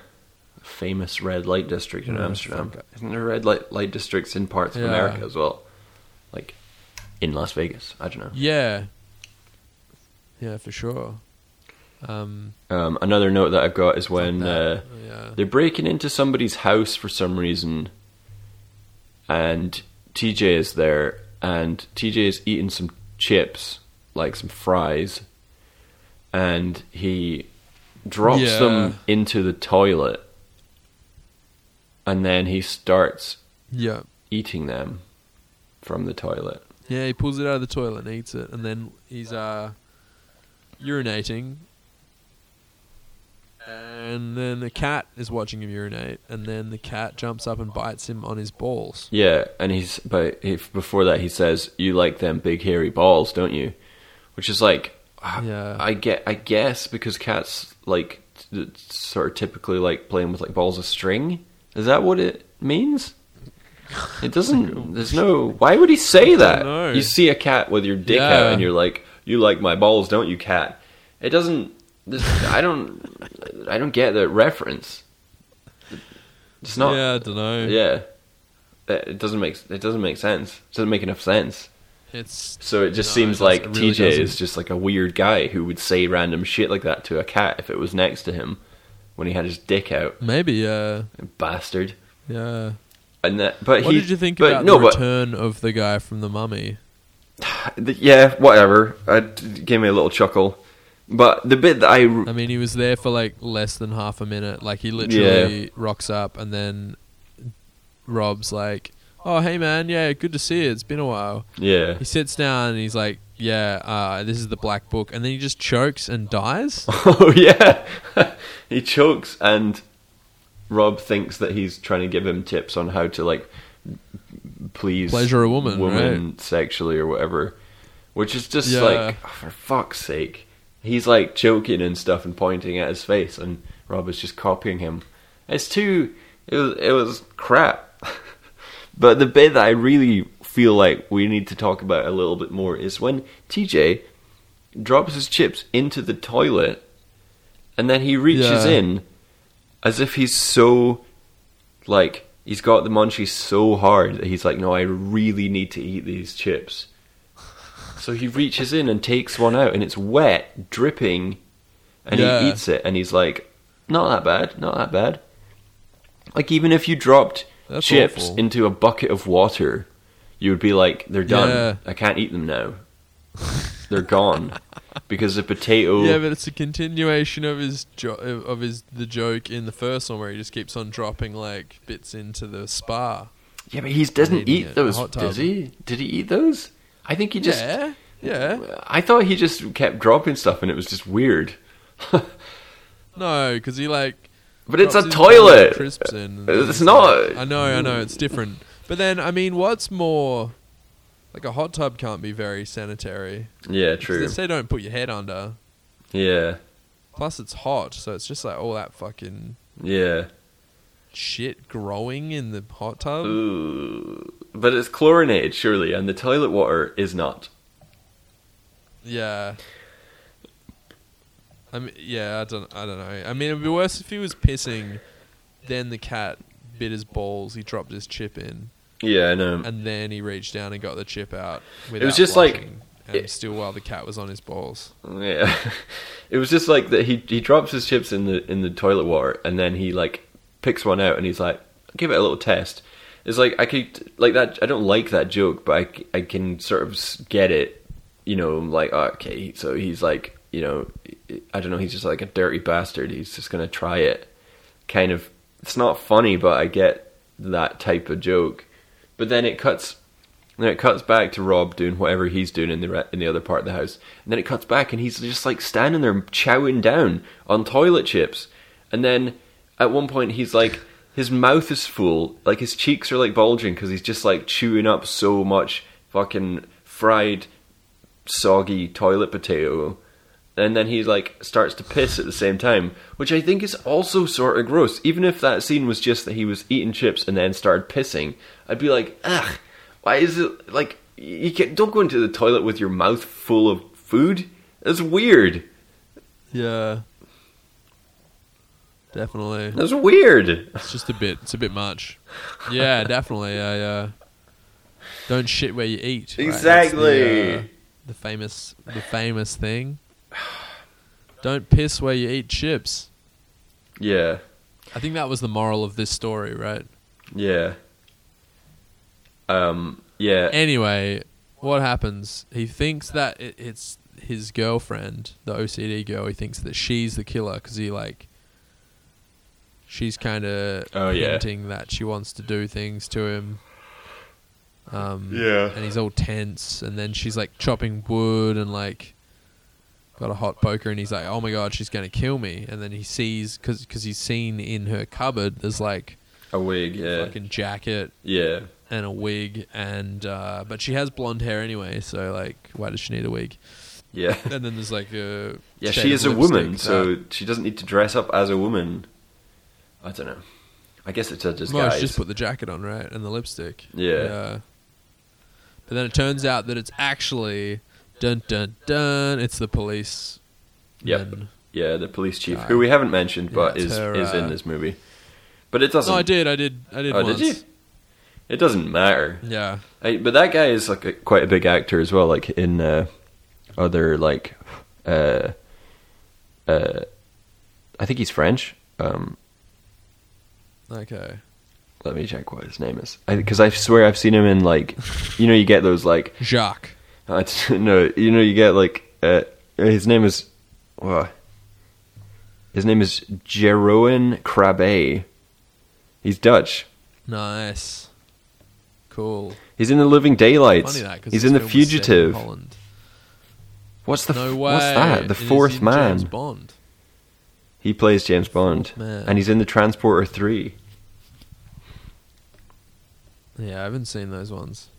Speaker 2: Famous red light district in
Speaker 1: Yeah,
Speaker 2: Amsterdam.
Speaker 1: fuck
Speaker 2: Isn't there red light light districts in parts of
Speaker 1: Yeah.
Speaker 2: America as well? Like in Las Vegas. I don't know.
Speaker 1: Yeah, yeah, for sure. Um,
Speaker 2: Um, another note that I've got is when
Speaker 1: that-
Speaker 2: uh,
Speaker 1: yeah,
Speaker 2: they're breaking into somebody's house for some reason, and TJ is there, and TJ is eating some chips, like some fries, and he drops
Speaker 1: Yeah.
Speaker 2: them into the toilet, and then he starts
Speaker 1: yeah,
Speaker 2: eating them from the toilet.
Speaker 1: yeah. He pulls it out of the toilet and eats it, and then he's uh urinating, and then the cat is watching him urinate, and then the cat jumps up and bites him on his balls.
Speaker 2: Yeah, and he's but if before that he says, "You like them big hairy balls, don't you?" Which is like, I-
Speaker 1: Yeah.
Speaker 2: I get, I guess because cats like t- t- sort of typically like playing with like balls of string. Is that what it means? It doesn't. There's no. Why would he say
Speaker 1: know.
Speaker 2: that? You see a cat with your dick out,
Speaker 1: Yeah.
Speaker 2: and you're like, "You like my balls, don't you, cat?" It doesn't. This, I don't. I don't get the reference. It's not.
Speaker 1: yeah, I don't know.
Speaker 2: Yeah, That- it doesn't make it doesn't make sense. It doesn't make enough sense.
Speaker 1: It's
Speaker 2: So it just
Speaker 1: No,
Speaker 2: seems
Speaker 1: it doesn't-
Speaker 2: like
Speaker 1: it really
Speaker 2: TJ is
Speaker 1: doesn't.
Speaker 2: just like a weird guy who would say random shit like that to a cat if it was next to him when he had his dick out,
Speaker 1: maybe uh
Speaker 2: bastard.
Speaker 1: yeah.
Speaker 2: And that, but
Speaker 1: What
Speaker 2: he,
Speaker 1: did you think
Speaker 2: but,
Speaker 1: about
Speaker 2: no,
Speaker 1: the
Speaker 2: but
Speaker 1: return of the guy from the mummy?
Speaker 2: th- yeah, whatever. I d gave me a little chuckle, but the bit that I,
Speaker 1: I mean, he was there for like less than half a minute. Like he literally rocks up, and then Rob's like, "Oh, hey man, yeah, good to see you. It's been a while."
Speaker 2: yeah,
Speaker 1: He sits down and he's like, "Yeah, uh, this is the black book," and then he just chokes and dies.
Speaker 2: oh yeah, he chokes and Rob thinks that he's trying to give him tips on how to like please
Speaker 1: Pleasure a woman,
Speaker 2: woman sexually or whatever, which is just
Speaker 1: Yeah.
Speaker 2: like oh, for fuck's sake. He's like choking and stuff and pointing at his face, and Rob is just copying him. It's too. It was it was crap. but the bit that I really feel like we need to talk about a little bit more is when TJ drops his chips into the toilet, and then he reaches
Speaker 1: Yeah.
Speaker 2: in as if he's so like he's got the munchies so hard that he's like, no, I really need to eat these chips. So he reaches in and takes one out, and it's wet, dripping, and
Speaker 1: Yeah.
Speaker 2: he eats it, and he's like, not that bad, not that bad. Like even if you dropped
Speaker 1: That's
Speaker 2: chips
Speaker 1: awful.
Speaker 2: into a bucket of water, you would be like, they're done.
Speaker 1: Yeah.
Speaker 2: I can't eat them now. they're gone because the potato.
Speaker 1: Yeah, but it's a continuation of his jo- of his the joke in the first one where he just keeps on dropping like bits into the spa.
Speaker 2: Yeah, but he doesn't
Speaker 1: Eating it in
Speaker 2: eat
Speaker 1: a
Speaker 2: those,
Speaker 1: hot tub.
Speaker 2: does he? Did he eat those? I think he just.
Speaker 1: yeah, yeah.
Speaker 2: I thought he just kept dropping stuff, and it was just weird.
Speaker 1: No, because he like
Speaker 2: But it's
Speaker 1: drops
Speaker 2: a
Speaker 1: his
Speaker 2: toilet.
Speaker 1: Crisps in. and
Speaker 2: It's
Speaker 1: it's
Speaker 2: not.
Speaker 1: like- I know, I know, it's different. But then, I mean, what's more, like a hot tub can't be very sanitary.
Speaker 2: Yeah,
Speaker 1: 'Cause
Speaker 2: true.
Speaker 1: They say don't put your head under.
Speaker 2: Yeah,
Speaker 1: Plus, it's hot, so it's just like all that fucking
Speaker 2: yeah.
Speaker 1: shit growing in the hot tub.
Speaker 2: Ooh. But it's chlorinated, surely, and the toilet water is not.
Speaker 1: Yeah. I mean, yeah, I don't, I don't know. I mean, it'd be worse if he was pissing, then the cat bit his balls. He dropped his chip in,
Speaker 2: Yeah, I know.
Speaker 1: and then he reached down and got the chip out.
Speaker 2: It was just like
Speaker 1: washing. and still while the cat was on his balls.
Speaker 2: Yeah, it was just like that. He he drops his chips in the in the toilet water, and then he like picks one out, and he's like, "Give it a little test." It's like I could like that. I don't like that joke, but I c- I can sort of s- get it. You know, I'm like "Oh, okay, so he's like, you know, I don't know. He's just like a dirty bastard. He's just gonna try it. Kind of. It's not funny, but I get that type of joke. But then it cuts and then it cuts back to Rob doing whatever he's doing in the re- in the other part of the house. And then it cuts back, and he's just like standing there chowing down on toilet chips. And then at one point, he's like, his mouth is full, like his cheeks are like bulging because he's just like chewing up so much fucking fried, soggy toilet potato. And then he like starts to piss at the same time, which I think is also sort of gross. Even if that scene was just that he was eating chips and then started pissing, I'd be like, ugh, why is it like you can't, don't go into the toilet with your mouth full of food? That's weird.
Speaker 1: Yeah. Definitely.
Speaker 2: That's weird.
Speaker 1: It's just a bit. It's a bit much. Yeah, definitely. I uh, don't shit where you eat. right? That's the,
Speaker 2: Exactly.
Speaker 1: uh, the famous, the famous thing. Don't piss where you eat chips.
Speaker 2: Yeah,
Speaker 1: I think that was the moral of this story, right?
Speaker 2: yeah. Um, yeah.
Speaker 1: Anyway, what happens? He thinks that it, it's his girlfriend, the OCD girl. He thinks that she's the killer because he like. She's kind of
Speaker 2: Oh, yeah.
Speaker 1: hinting that she wants to do things to him. Um,
Speaker 2: Yeah.
Speaker 1: and he's all tense and then she's like chopping wood and like got a hot poker and he's like oh my god she's going to kill me and then he sees because he's seen in her cupboard there's like
Speaker 2: A wig. Yeah.
Speaker 1: fucking jacket
Speaker 2: Yeah.
Speaker 1: and a wig and uh but she has blonde hair anyway so like why does she need a wig
Speaker 2: Yeah.
Speaker 1: and then there's like a
Speaker 2: Yeah,
Speaker 1: shade
Speaker 2: she
Speaker 1: of
Speaker 2: is a
Speaker 1: lipstick Uh,
Speaker 2: woman,
Speaker 1: that-
Speaker 2: so she doesn't need to dress up as a woman. I don't know. I guess it's a
Speaker 1: well,
Speaker 2: disguise.
Speaker 1: she just put the jacket on right and the lipstick
Speaker 2: Yeah.
Speaker 1: but then it turns out that it's actually dun dun dun it's the police
Speaker 2: Yep.
Speaker 1: men.
Speaker 2: yeah, the police chief,
Speaker 1: Guy.
Speaker 2: who we haven't mentioned,
Speaker 1: Yeah,
Speaker 2: but
Speaker 1: it's
Speaker 2: is
Speaker 1: her,
Speaker 2: is
Speaker 1: uh,
Speaker 2: in this movie. But it doesn't.
Speaker 1: No, I did. I did. I did.
Speaker 2: Oh,
Speaker 1: once.
Speaker 2: did you? It doesn't matter.
Speaker 1: Yeah.
Speaker 2: I, but that guy is like a, quite a big actor as well. Like in uh, other like, uh, uh, I think he's French. Um,
Speaker 1: Okay.
Speaker 2: let me check what his name is, because I, swear I've seen him in like, you know, you get those like,
Speaker 1: Jacques.
Speaker 2: I don't know, you know, you get like, uh, his name is, uh, his name is Jeroen Krabbe. He's Dutch.
Speaker 1: Nice. Cool.
Speaker 2: He's in The Living Daylights.
Speaker 1: Funny that because
Speaker 2: he's in The Fugitive.
Speaker 1: Holland.
Speaker 2: What's the f-
Speaker 1: No way.
Speaker 2: what's that?
Speaker 1: It
Speaker 2: The
Speaker 1: is
Speaker 2: Fourth
Speaker 1: in
Speaker 2: Man.
Speaker 1: James Bond.
Speaker 2: He plays James Bond,
Speaker 1: man.
Speaker 2: and he's in the Transporter Three.
Speaker 1: Yeah, I haven't seen those ones.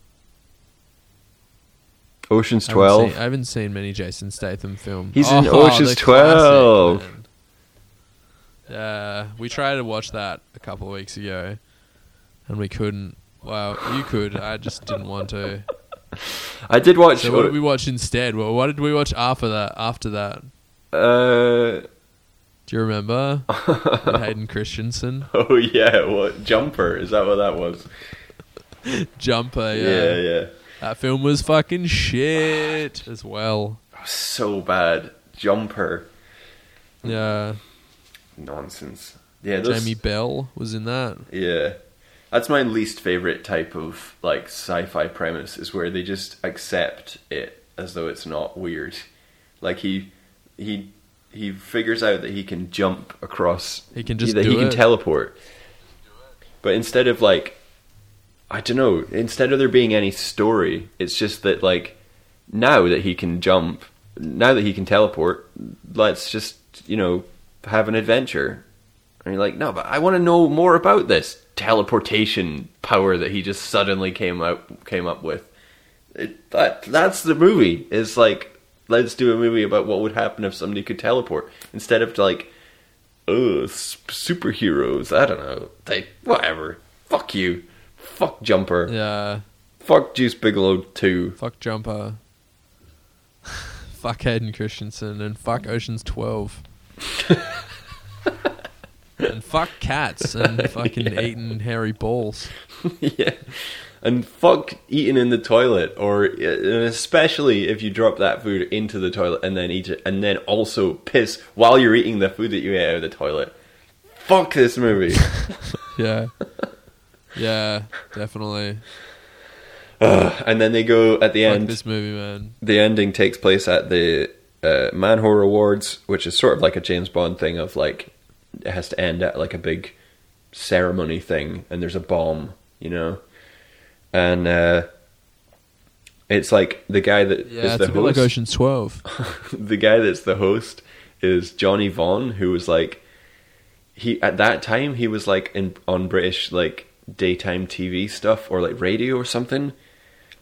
Speaker 2: Ocean's
Speaker 1: I haven't seen-
Speaker 2: Twelve.
Speaker 1: I haven't seen many Jason Statham films.
Speaker 2: He's in
Speaker 1: Oh,
Speaker 2: Ocean's
Speaker 1: the
Speaker 2: 12.
Speaker 1: classic, man. Yeah, we tried to watch that a couple of weeks ago, and we couldn't. Well, you could. I just didn't want to.
Speaker 2: I did watch.
Speaker 1: So what did we watch instead? Well, what did we watch after that? After that,
Speaker 2: uh,
Speaker 1: do you remember? With Hayden Christensen.
Speaker 2: oh yeah, what Jumper? Is that what that was?
Speaker 1: Jumper, uh, yeah.
Speaker 2: Yeah, yeah.
Speaker 1: That film was fucking shit as well.
Speaker 2: So bad. Jumper.
Speaker 1: Yeah.
Speaker 2: Nonsense. Yeah, those,
Speaker 1: Jamie Bell was in that.
Speaker 2: Yeah. That's my least favorite type of like sci-fi premise is where they just accept it as though it's not weird. Like he he he figures out that he can jump across
Speaker 1: He can just
Speaker 2: that
Speaker 1: do
Speaker 2: he can
Speaker 1: it.
Speaker 2: teleport. But instead of like I don't know, instead of there being any story, it's just that like now that he can jump, now that he can teleport, let's just, you know, have an adventure. And you're like, no, but I want to know more about this teleportation power that he just suddenly came out came up with. It, that that's the movie. It's like let's do a movie about what would happen if somebody could teleport instead of like, oh, s- superheroes. I don't know. They whatever. Fuck you. Fuck Jumper.
Speaker 1: Yeah.
Speaker 2: Fuck Juice Bigelow too.
Speaker 1: Fuck Jumper. fuck Hayden Christensen and fuck Ocean's 12. and fuck cats and fucking eating hairy balls.
Speaker 2: yeah. And fuck eating in the toilet, or and especially if you drop that food into the toilet and then eat it, and then also piss while you're eating the food that you ate out of the toilet. Fuck this movie.
Speaker 1: Yeah. Yeah, definitely.
Speaker 2: Ugh. and then they go at the
Speaker 1: Fuck
Speaker 2: end.
Speaker 1: this movie, man.
Speaker 2: the ending takes place at the uh, Man Horror Awards, which is sort of like a James Bond thing of like it has to end at like a big ceremony thing, and there's a bomb, you know, and uh, it's like the guy that is
Speaker 1: Yeah, it's
Speaker 2: the
Speaker 1: a bit like
Speaker 2: host.
Speaker 1: Ocean's 12.
Speaker 2: the guy that's the host is Johnny Vaughn, who was like he at that time he was like in on British like daytime TV stuff or like radio or something.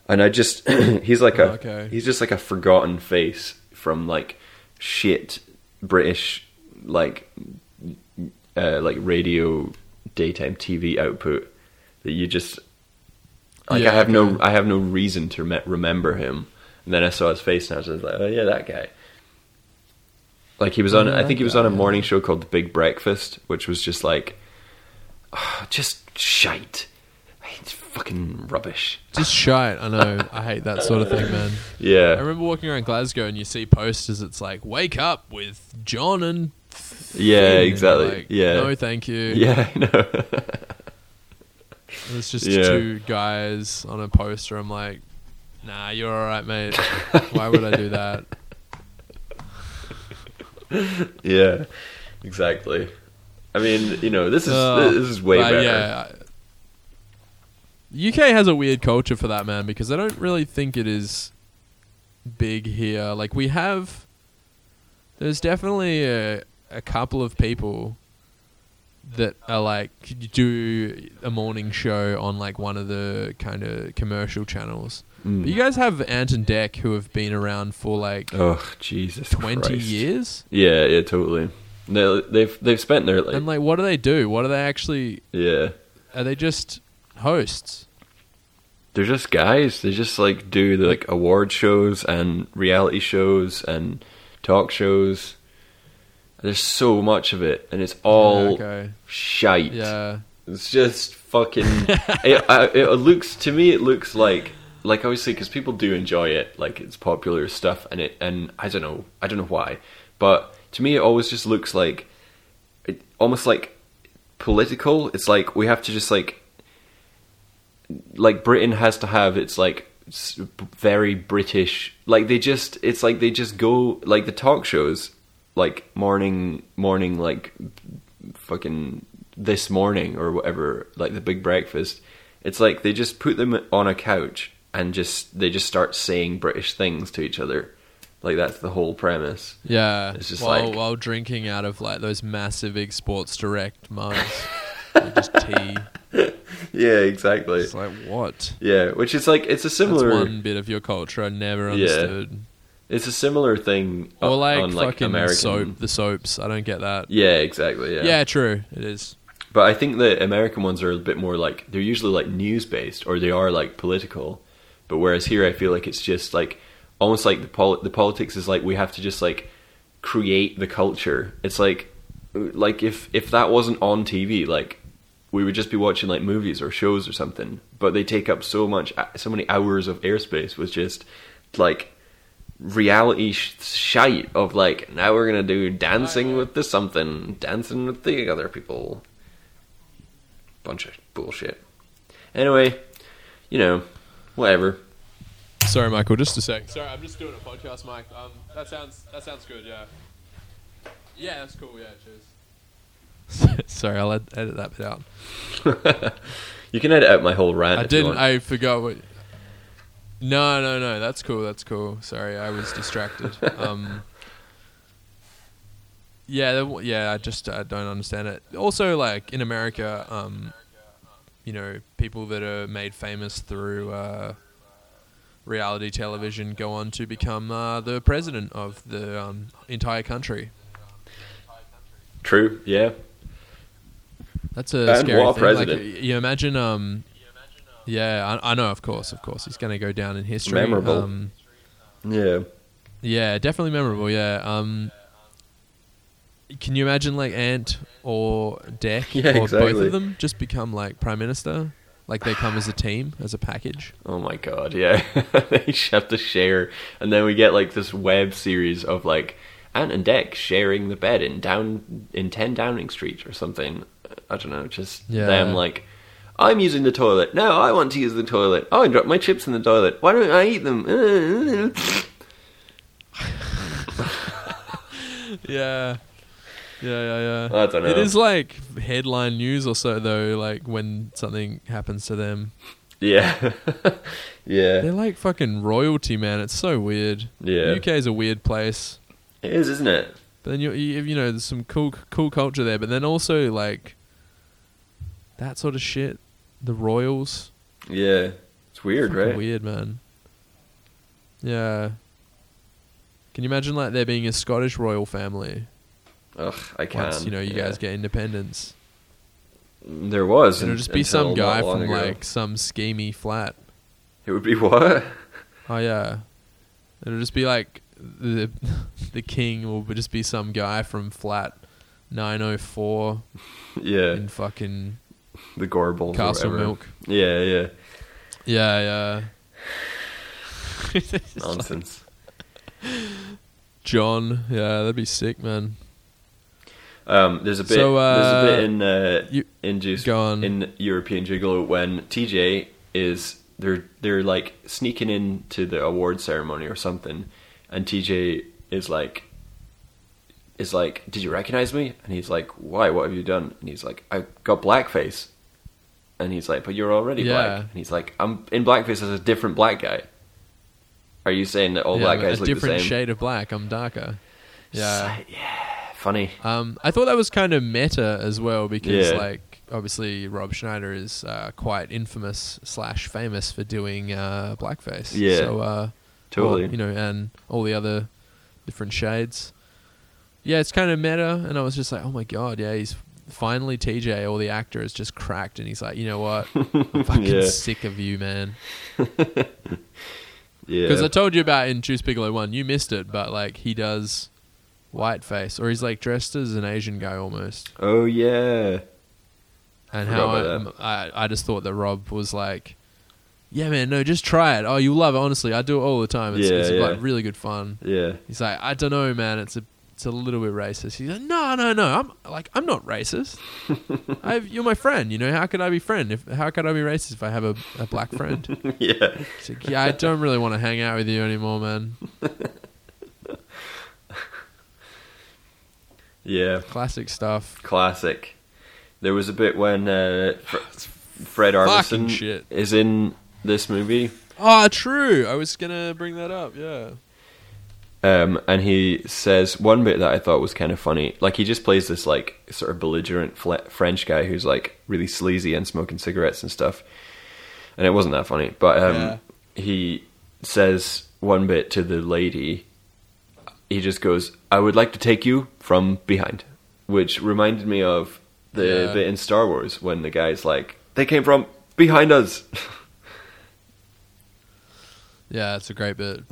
Speaker 2: And I just he's like a
Speaker 1: Oh, okay.
Speaker 2: he's just like a forgotten face from like shit British like uh, like radio daytime TV output that you just like
Speaker 1: Yeah,
Speaker 2: I have no
Speaker 1: okay.
Speaker 2: I have no reason to rem- remember him. And then I saw his face and I was just like, oh yeah, that guy. Like he was on,
Speaker 1: Yeah,
Speaker 2: I think
Speaker 1: Oh, that
Speaker 2: he was on a
Speaker 1: guy.
Speaker 2: morning show called The Big Breakfast, which was just like, ah, just shite. It's fucking rubbish.
Speaker 1: Just shite. I know. I hate that sort of thing, man. I
Speaker 2: Yeah,
Speaker 1: remember walking around Glasgow and you see posters. It's like, wake up with John and.
Speaker 2: yeah,
Speaker 1: Finn," and you're
Speaker 2: exactly.
Speaker 1: like,
Speaker 2: yeah,
Speaker 1: No, thank you.
Speaker 2: yeah, I know.
Speaker 1: It's just
Speaker 2: Yeah.
Speaker 1: two guys on a poster. I'm like, nah, you're all right, mate. Why would I do that?
Speaker 2: yeah, exactly. I mean, you know, this is
Speaker 1: Ugh.
Speaker 2: this is way
Speaker 1: Uh, But,
Speaker 2: better.
Speaker 1: Yeah. UK has a weird culture for that, man, because I don't really think it is big here. Like, we have. There's definitely a, a couple of people that are like do a morning show on like one of the kind of commercial channels. But you guys have Ant and Deck who have been around for like
Speaker 2: Hmm. Oh Jesus,
Speaker 1: 20
Speaker 2: Christ.
Speaker 1: years?
Speaker 2: Yeah, yeah, totally. No, they've they've spent their like,
Speaker 1: and like what do they do? What are they actually
Speaker 2: yeah.
Speaker 1: are they just hosts?
Speaker 2: They're just guys. They just like do the, like award shows and reality shows and talk shows. There's so much of it, and it's all
Speaker 1: Yeah, okay.
Speaker 2: shite.
Speaker 1: Yeah.
Speaker 2: It's just fucking. it, I, it looks to me. It looks like like obviously because people do enjoy it. Like it's popular stuff, and it and I don't know. I don't know why, but to me it always just looks like it, almost like political. It's like we have to just like like Britain has to have its like s- very British. Like they just it's like they just go like the talk shows like morning morning like fucking this morning or whatever like the big breakfast it's like they just put them on a couch and just they just start saying british things to each other like that's the whole premise
Speaker 1: Yeah.
Speaker 2: It's just
Speaker 1: while,
Speaker 2: like-
Speaker 1: while drinking out of like those massive exports direct mugs. Or just tea.
Speaker 2: yeah exactly
Speaker 1: It's like what?
Speaker 2: yeah which is like it's a
Speaker 1: That's
Speaker 2: similar
Speaker 1: one bit of your culture I never
Speaker 2: Yeah.
Speaker 1: understood.
Speaker 2: it's a similar thing o-
Speaker 1: Or like
Speaker 2: on like
Speaker 1: fucking
Speaker 2: american
Speaker 1: soap the soaps. I don't get that.
Speaker 2: yeah exactly yeah.
Speaker 1: Yeah, true. It is.
Speaker 2: but i think the american ones are a bit more like they're usually like news based or they are like political but whereas here i feel like it's just like almost like the pol- the politics is like we have to just like create the culture it's like like if if that wasn't on tv like we would just be watching like movies or shows or something but they take up so much uh, so many hours of airspace with just like reality sh- shite of like now we're gonna do dancing with this something dancing with the other people bunch of bullshit anyway you know whatever
Speaker 1: Sorry, Michael, just a sec. Sorry, I'm just doing a podcast, Mike. Um, that sounds that sounds good. Yeah. Yeah, that's cool. Yeah, cheers. Sorry, I'll ed- edit that bit out.
Speaker 2: you can edit out my whole rant.
Speaker 1: I
Speaker 2: if you
Speaker 1: didn't.
Speaker 2: want.
Speaker 1: I forgot what. No, no, no. That's cool. That's cool. Sorry, I was distracted. Um. Yeah, there w- yeah. I just I don't understand it. Also, like in America, um, you know, people that are made famous through uh, reality television go on to become uh, the president of the um, entire country.
Speaker 2: True. Yeah.
Speaker 1: That's a
Speaker 2: And
Speaker 1: scary
Speaker 2: war
Speaker 1: thing.
Speaker 2: president.
Speaker 1: Like, y- you imagine, um, yeah, I, I know, of course, of course, he's going to go down in history.
Speaker 2: Memorable.
Speaker 1: Um,
Speaker 2: Yeah.
Speaker 1: yeah, definitely memorable. Yeah, um, Can you imagine like Ant or Deck
Speaker 2: Yeah,
Speaker 1: or both
Speaker 2: exactly.
Speaker 1: of them just become like prime minister? Like they come as a team, as a package.
Speaker 2: Oh my god, yeah. they sh- have to share. And then we get like this web series of like Ant and Deck sharing the bed in down in 10 Downing Street or something. I don't know, just
Speaker 1: Yeah.
Speaker 2: them like I'm using the toilet. No, I want to use the toilet. Oh, I dropped my chips in the toilet. Why don't I eat them?
Speaker 1: Yeah. Yeah, yeah, yeah.
Speaker 2: I dunno.
Speaker 1: It is like headline news or so though, like when something happens to them.
Speaker 2: yeah. yeah.
Speaker 1: They're like fucking royalty, man. It's so weird.
Speaker 2: Yeah.
Speaker 1: UK is a weird place.
Speaker 2: It is, isn't it?
Speaker 1: But then you you you know there's some cool cool culture there, but then also like that sort of shit, the royals.
Speaker 2: Yeah. It's weird,
Speaker 1: Fucking
Speaker 2: right?
Speaker 1: Weird, man. Yeah. Can you imagine like there being a Scottish royal family
Speaker 2: Ugh, I can.
Speaker 1: once you know you
Speaker 2: yeah.
Speaker 1: guys get independence?
Speaker 2: There was.
Speaker 1: It'll
Speaker 2: un-
Speaker 1: just be
Speaker 2: until
Speaker 1: some
Speaker 2: not
Speaker 1: guy
Speaker 2: long
Speaker 1: from
Speaker 2: ago.
Speaker 1: like some schemy flat.
Speaker 2: It would be what?
Speaker 1: Oh yeah, it'll just be like the the king will just be some guy from flat nine oh four
Speaker 2: yeah.
Speaker 1: in fucking
Speaker 2: The Gorbals.
Speaker 1: Castle
Speaker 2: or whatever.
Speaker 1: Milk.
Speaker 2: Yeah, yeah.
Speaker 1: Yeah, yeah. It's like
Speaker 2: Nonsense.
Speaker 1: John, yeah, that'd be sick, man.
Speaker 2: Um, there's a bit.
Speaker 1: So, uh,
Speaker 2: there's a bit in uh,
Speaker 1: you-
Speaker 2: in Juice
Speaker 1: go on.
Speaker 2: in European Gigolo when TJ is they're they're like sneaking into the award ceremony or something, and TJ is like is like, did you recognize me? And he's like, why? What have you done? And he's like, I got blackface. And he's like, but you're already
Speaker 1: Yeah.
Speaker 2: black. And he's like, I'm in blackface as a different black guy. Are you saying that all
Speaker 1: yeah,
Speaker 2: black
Speaker 1: a
Speaker 2: guys look the
Speaker 1: different
Speaker 2: same?
Speaker 1: shade of black. I'm darker. Yeah.
Speaker 2: It's like, yeah. Funny.
Speaker 1: Um, I thought that was kind of meta as well because,
Speaker 2: Yeah.
Speaker 1: like, obviously Rob Schneider is uh, quite infamous slash famous for doing uh, blackface.
Speaker 2: Yeah.
Speaker 1: So, uh,
Speaker 2: Totally.
Speaker 1: well, you know, and all the other different shades. Yeah, it's kind of meta, and I was just like, oh my god, yeah, he's finally TJ or the actor is just cracked, and he's like, you know what, I'm fucking
Speaker 2: Yeah.
Speaker 1: sick of you, man.
Speaker 2: Yeah.
Speaker 1: Because I told you about in Juice Bigelow one, you missed it, but like he does whiteface, or he's like dressed as an Asian guy almost.
Speaker 2: oh yeah.
Speaker 1: and
Speaker 2: Forgot
Speaker 1: how I,
Speaker 2: about
Speaker 1: I I just thought that Rob was like, yeah, man, no, just try it. Oh, you'll love it. Honestly, I do it all the time. It's,
Speaker 2: Yeah,
Speaker 1: it's
Speaker 2: yeah.
Speaker 1: like really good fun.
Speaker 2: Yeah.
Speaker 1: He's like, I don't know, man. It's a it's a little bit racist. He's like, no, no, no. I'm like, I'm not racist. I've, you're my friend. You know, how could I be friend? If how could I be racist if I have a, a black friend?
Speaker 2: yeah.
Speaker 1: He's like, yeah, I don't really want to hang out with you anymore, man.
Speaker 2: Yeah.
Speaker 1: Classic stuff.
Speaker 2: Classic. There was a bit when uh, Fr- Fred
Speaker 1: Fucking
Speaker 2: Armisen
Speaker 1: shit.
Speaker 2: is in this movie,
Speaker 1: Ah, true. I was gonna bring that up. Yeah.
Speaker 2: um, and he says one bit that I thought was kind of funny. Like he just plays this like sort of belligerent fle- French guy who's like really sleazy and smoking cigarettes and stuff. And it wasn't that funny, but um,
Speaker 1: Yeah.
Speaker 2: he says one bit to the lady. He just goes, "I would like to take you from behind," which reminded me of the
Speaker 1: Yeah.
Speaker 2: bit in Star Wars when the guy's like, "They came from behind us."
Speaker 1: Yeah, it's a great bit.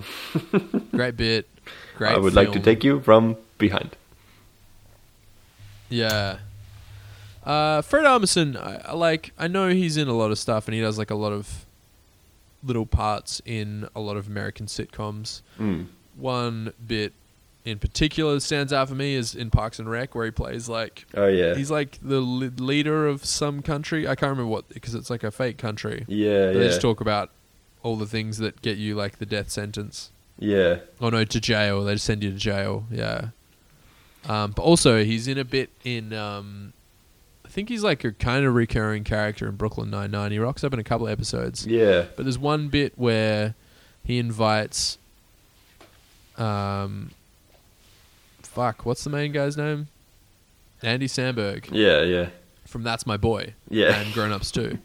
Speaker 1: great bit. Great.
Speaker 2: I would like to
Speaker 1: film.
Speaker 2: take you from behind.
Speaker 1: Yeah. Uh, Fred Armisen, I, I like I know he's in a lot of stuff, and he does like a lot of little parts in a lot of American sitcoms.
Speaker 2: Mm.
Speaker 1: One bit in particular that stands out for me is in Parks and Rec, where he plays like
Speaker 2: Oh yeah,
Speaker 1: he's like the le- leader of some country. I can't remember what because it's like a fake country.
Speaker 2: yeah,
Speaker 1: But They
Speaker 2: yeah,
Speaker 1: just talk about all the things that get you like the death sentence.
Speaker 2: yeah.
Speaker 1: Oh no, to jail. They send you to jail. Yeah. Um, but also, he's in a bit in. Um, I think he's like a kind of recurring character in Brooklyn Nine Nine. He rocks up in a couple of episodes.
Speaker 2: Yeah.
Speaker 1: But there's one bit where he invites. Um. Fuck! What's the main guy's name? Andy Samberg
Speaker 2: Yeah, yeah.
Speaker 1: from That's My Boy.
Speaker 2: Yeah.
Speaker 1: And Grown Ups too.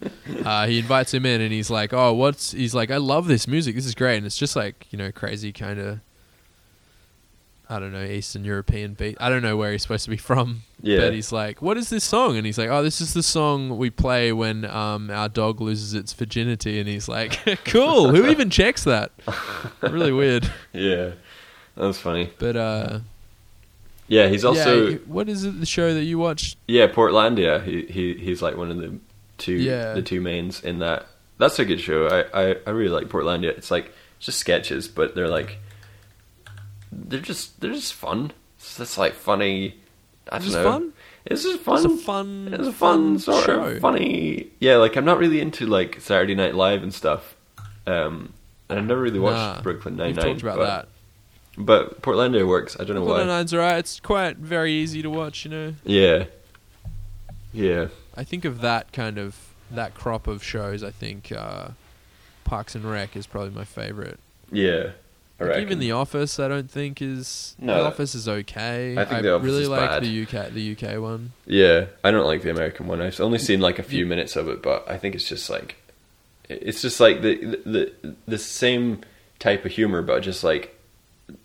Speaker 1: uh, he invites him in and he's like, Oh, what's he's like, I love this music, this is great and it's just like, you know, crazy kind of I don't know, Eastern European beat. I don't know where he's supposed to be from.
Speaker 2: Yeah.
Speaker 1: But he's like, What is this song? And he's like, Oh, this is the song we play when um, our dog loses its virginity and he's like, Cool, who even checks that? really weird.
Speaker 2: Yeah. That was funny.
Speaker 1: But uh
Speaker 2: Yeah, he's also
Speaker 1: yeah, what is it? The show that you watched?
Speaker 2: yeah, Portlandia. He, he he's like one of the two
Speaker 1: Yeah.
Speaker 2: the two mains in that. That's a good show. I, I, I really like Portlandia. It's like it's just sketches, but they're like they're just they're just fun. It's just like funny. I
Speaker 1: It's
Speaker 2: don't
Speaker 1: just
Speaker 2: know.
Speaker 1: fun?
Speaker 2: It's just fun.
Speaker 1: It's a fun-
Speaker 2: It's a fun,
Speaker 1: fun
Speaker 2: sort
Speaker 1: show.
Speaker 2: of funny. Yeah, like I'm not really into like Saturday Night Live and stuff. Um, and I've never really watched
Speaker 1: Nah,
Speaker 2: Brooklyn Nine
Speaker 1: You've
Speaker 2: Nine.
Speaker 1: talked about
Speaker 2: but,
Speaker 1: that.
Speaker 2: But Portlandia works. I don't know why.
Speaker 1: Brooklyn Nine-Nine's alright. It's quite very easy to watch. You know,
Speaker 2: Yeah. Yeah.
Speaker 1: I think of that kind of that crop of shows. I think uh, Parks and Rec is probably my favorite.
Speaker 2: Yeah. I
Speaker 1: Like,
Speaker 2: reckon.
Speaker 1: even The Office, I don't think is.
Speaker 2: No,
Speaker 1: the
Speaker 2: that-
Speaker 1: Office is okay.
Speaker 2: I think The Office
Speaker 1: really
Speaker 2: is
Speaker 1: like
Speaker 2: bad.
Speaker 1: the UK the UK one.
Speaker 2: Yeah, I don't like the American one. I've only seen like a few minutes of it, but I think it's just like it's just like the the the same type of humor, but just like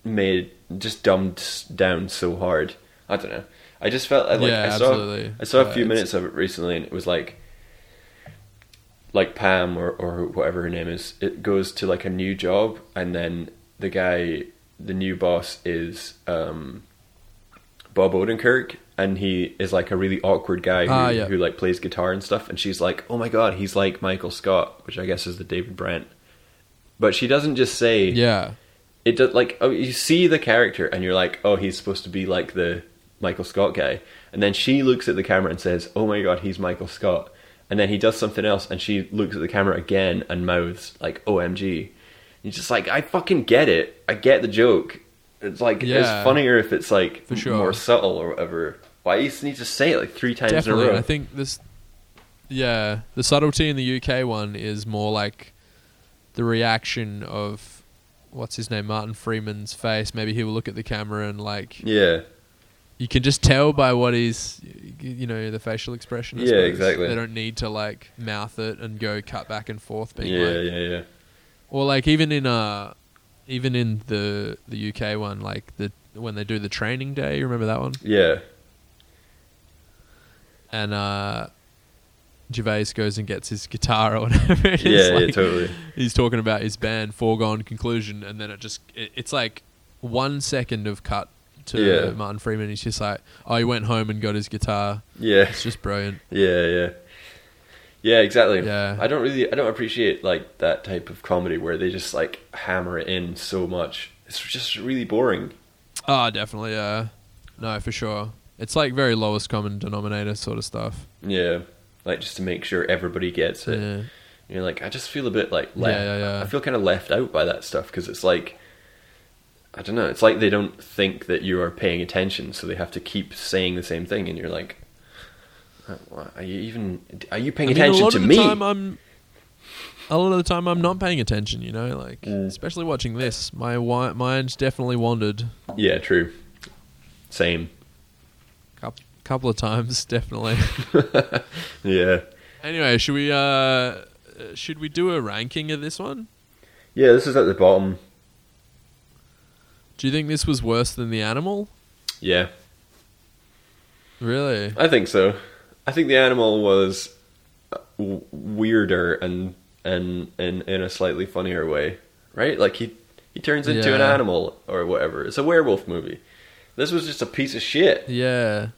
Speaker 2: made just dumbed s- down so hard. I don't know. I just felt I, like
Speaker 1: Yeah,
Speaker 2: I saw
Speaker 1: absolutely.
Speaker 2: I saw a
Speaker 1: Yeah,
Speaker 2: few
Speaker 1: it's-
Speaker 2: minutes of it recently, and it was like like Pam or or whatever her name is. It goes to like a new job, and then the guy, the new boss, is um Bob Odenkirk, and he is like a really awkward guy who,
Speaker 1: Ah, yeah.
Speaker 2: who like plays guitar and stuff. And she's like, "Oh my god, he's like Michael Scott," which I guess is the David Brent. But she doesn't just say
Speaker 1: Yeah,
Speaker 2: it. Does like oh, you see the character, and you're like, "Oh, he's supposed to be like the Michael Scott guy." And then she looks at the camera and says, "Oh my god, he's Michael Scott." And then he does something else, and she looks at the camera again and mouths like, "OMG." You're just like, I fucking get it. I get the joke. It's like it's
Speaker 1: Yeah.
Speaker 2: funny funnier if it's like
Speaker 1: For sure.
Speaker 2: more subtle or whatever. Why you just need to say it like three times
Speaker 1: definitely.
Speaker 2: in a
Speaker 1: and
Speaker 2: row?
Speaker 1: I think this. Yeah, the subtlety in the UK one is more like the reaction of what's his name, Martin Freeman's face. Maybe he will look at the camera and like
Speaker 2: yeah,
Speaker 1: you can just tell by what he's, you know, the facial expression. I
Speaker 2: Yeah,
Speaker 1: suppose.
Speaker 2: exactly.
Speaker 1: They don't need to like mouth it and go cut back and forth. Being
Speaker 2: yeah,
Speaker 1: like,
Speaker 2: yeah, yeah.
Speaker 1: Or like even in uh, even in the the UK one, like the when they do the training day, you remember that one?
Speaker 2: Yeah,
Speaker 1: And uh, Gervais goes and gets his guitar or whatever. it
Speaker 2: yeah,
Speaker 1: is,
Speaker 2: yeah,
Speaker 1: like,
Speaker 2: totally.
Speaker 1: He's talking about his band, foregone conclusion, and then it just it, it's like one second of cut to
Speaker 2: Yeah.
Speaker 1: Martin Freeman. He's just like, oh, he went home and got his guitar.
Speaker 2: Yeah,
Speaker 1: It's just brilliant.
Speaker 2: yeah, yeah, yeah. Exactly.
Speaker 1: Yeah.
Speaker 2: I don't really, I don't appreciate like that type of comedy where they just like hammer it in so much. It's just really boring.
Speaker 1: Ah, definitely. Yeah, no, for sure. It's like very lowest common denominator sort of stuff.
Speaker 2: Yeah, like just to make sure everybody gets it.
Speaker 1: Yeah.
Speaker 2: You're like, I just feel a bit like left.
Speaker 1: Yeah, yeah, yeah.
Speaker 2: I feel kind of left out by that stuff because it's like, I don't know. It's like they don't think that you are paying attention, so they have to keep saying the same thing, and you're like, "Uh, wha- are you even? Are you paying
Speaker 1: I mean,
Speaker 2: attention
Speaker 1: a
Speaker 2: to
Speaker 1: lot of
Speaker 2: me?
Speaker 1: The time I'm, a lot of the time I'm not paying attention, you know, like especially watching this, my wi- mind's definitely wandered
Speaker 2: yeah, true. Same.
Speaker 1: a coup- couple of times, definitely.
Speaker 2: Yeah,
Speaker 1: anyway, should we uh, should we do a ranking of this one?
Speaker 2: yeah. This is at the bottom.
Speaker 1: Do you think this was worse than the animal?
Speaker 2: Yeah,
Speaker 1: Really?
Speaker 2: I think so. I think the animal was uh, w- weirder and and and in a slightly funnier way, right? Like he he turns into an
Speaker 1: Yeah.
Speaker 2: animal or whatever. It's a werewolf movie. This was just a piece of shit.
Speaker 1: Yeah.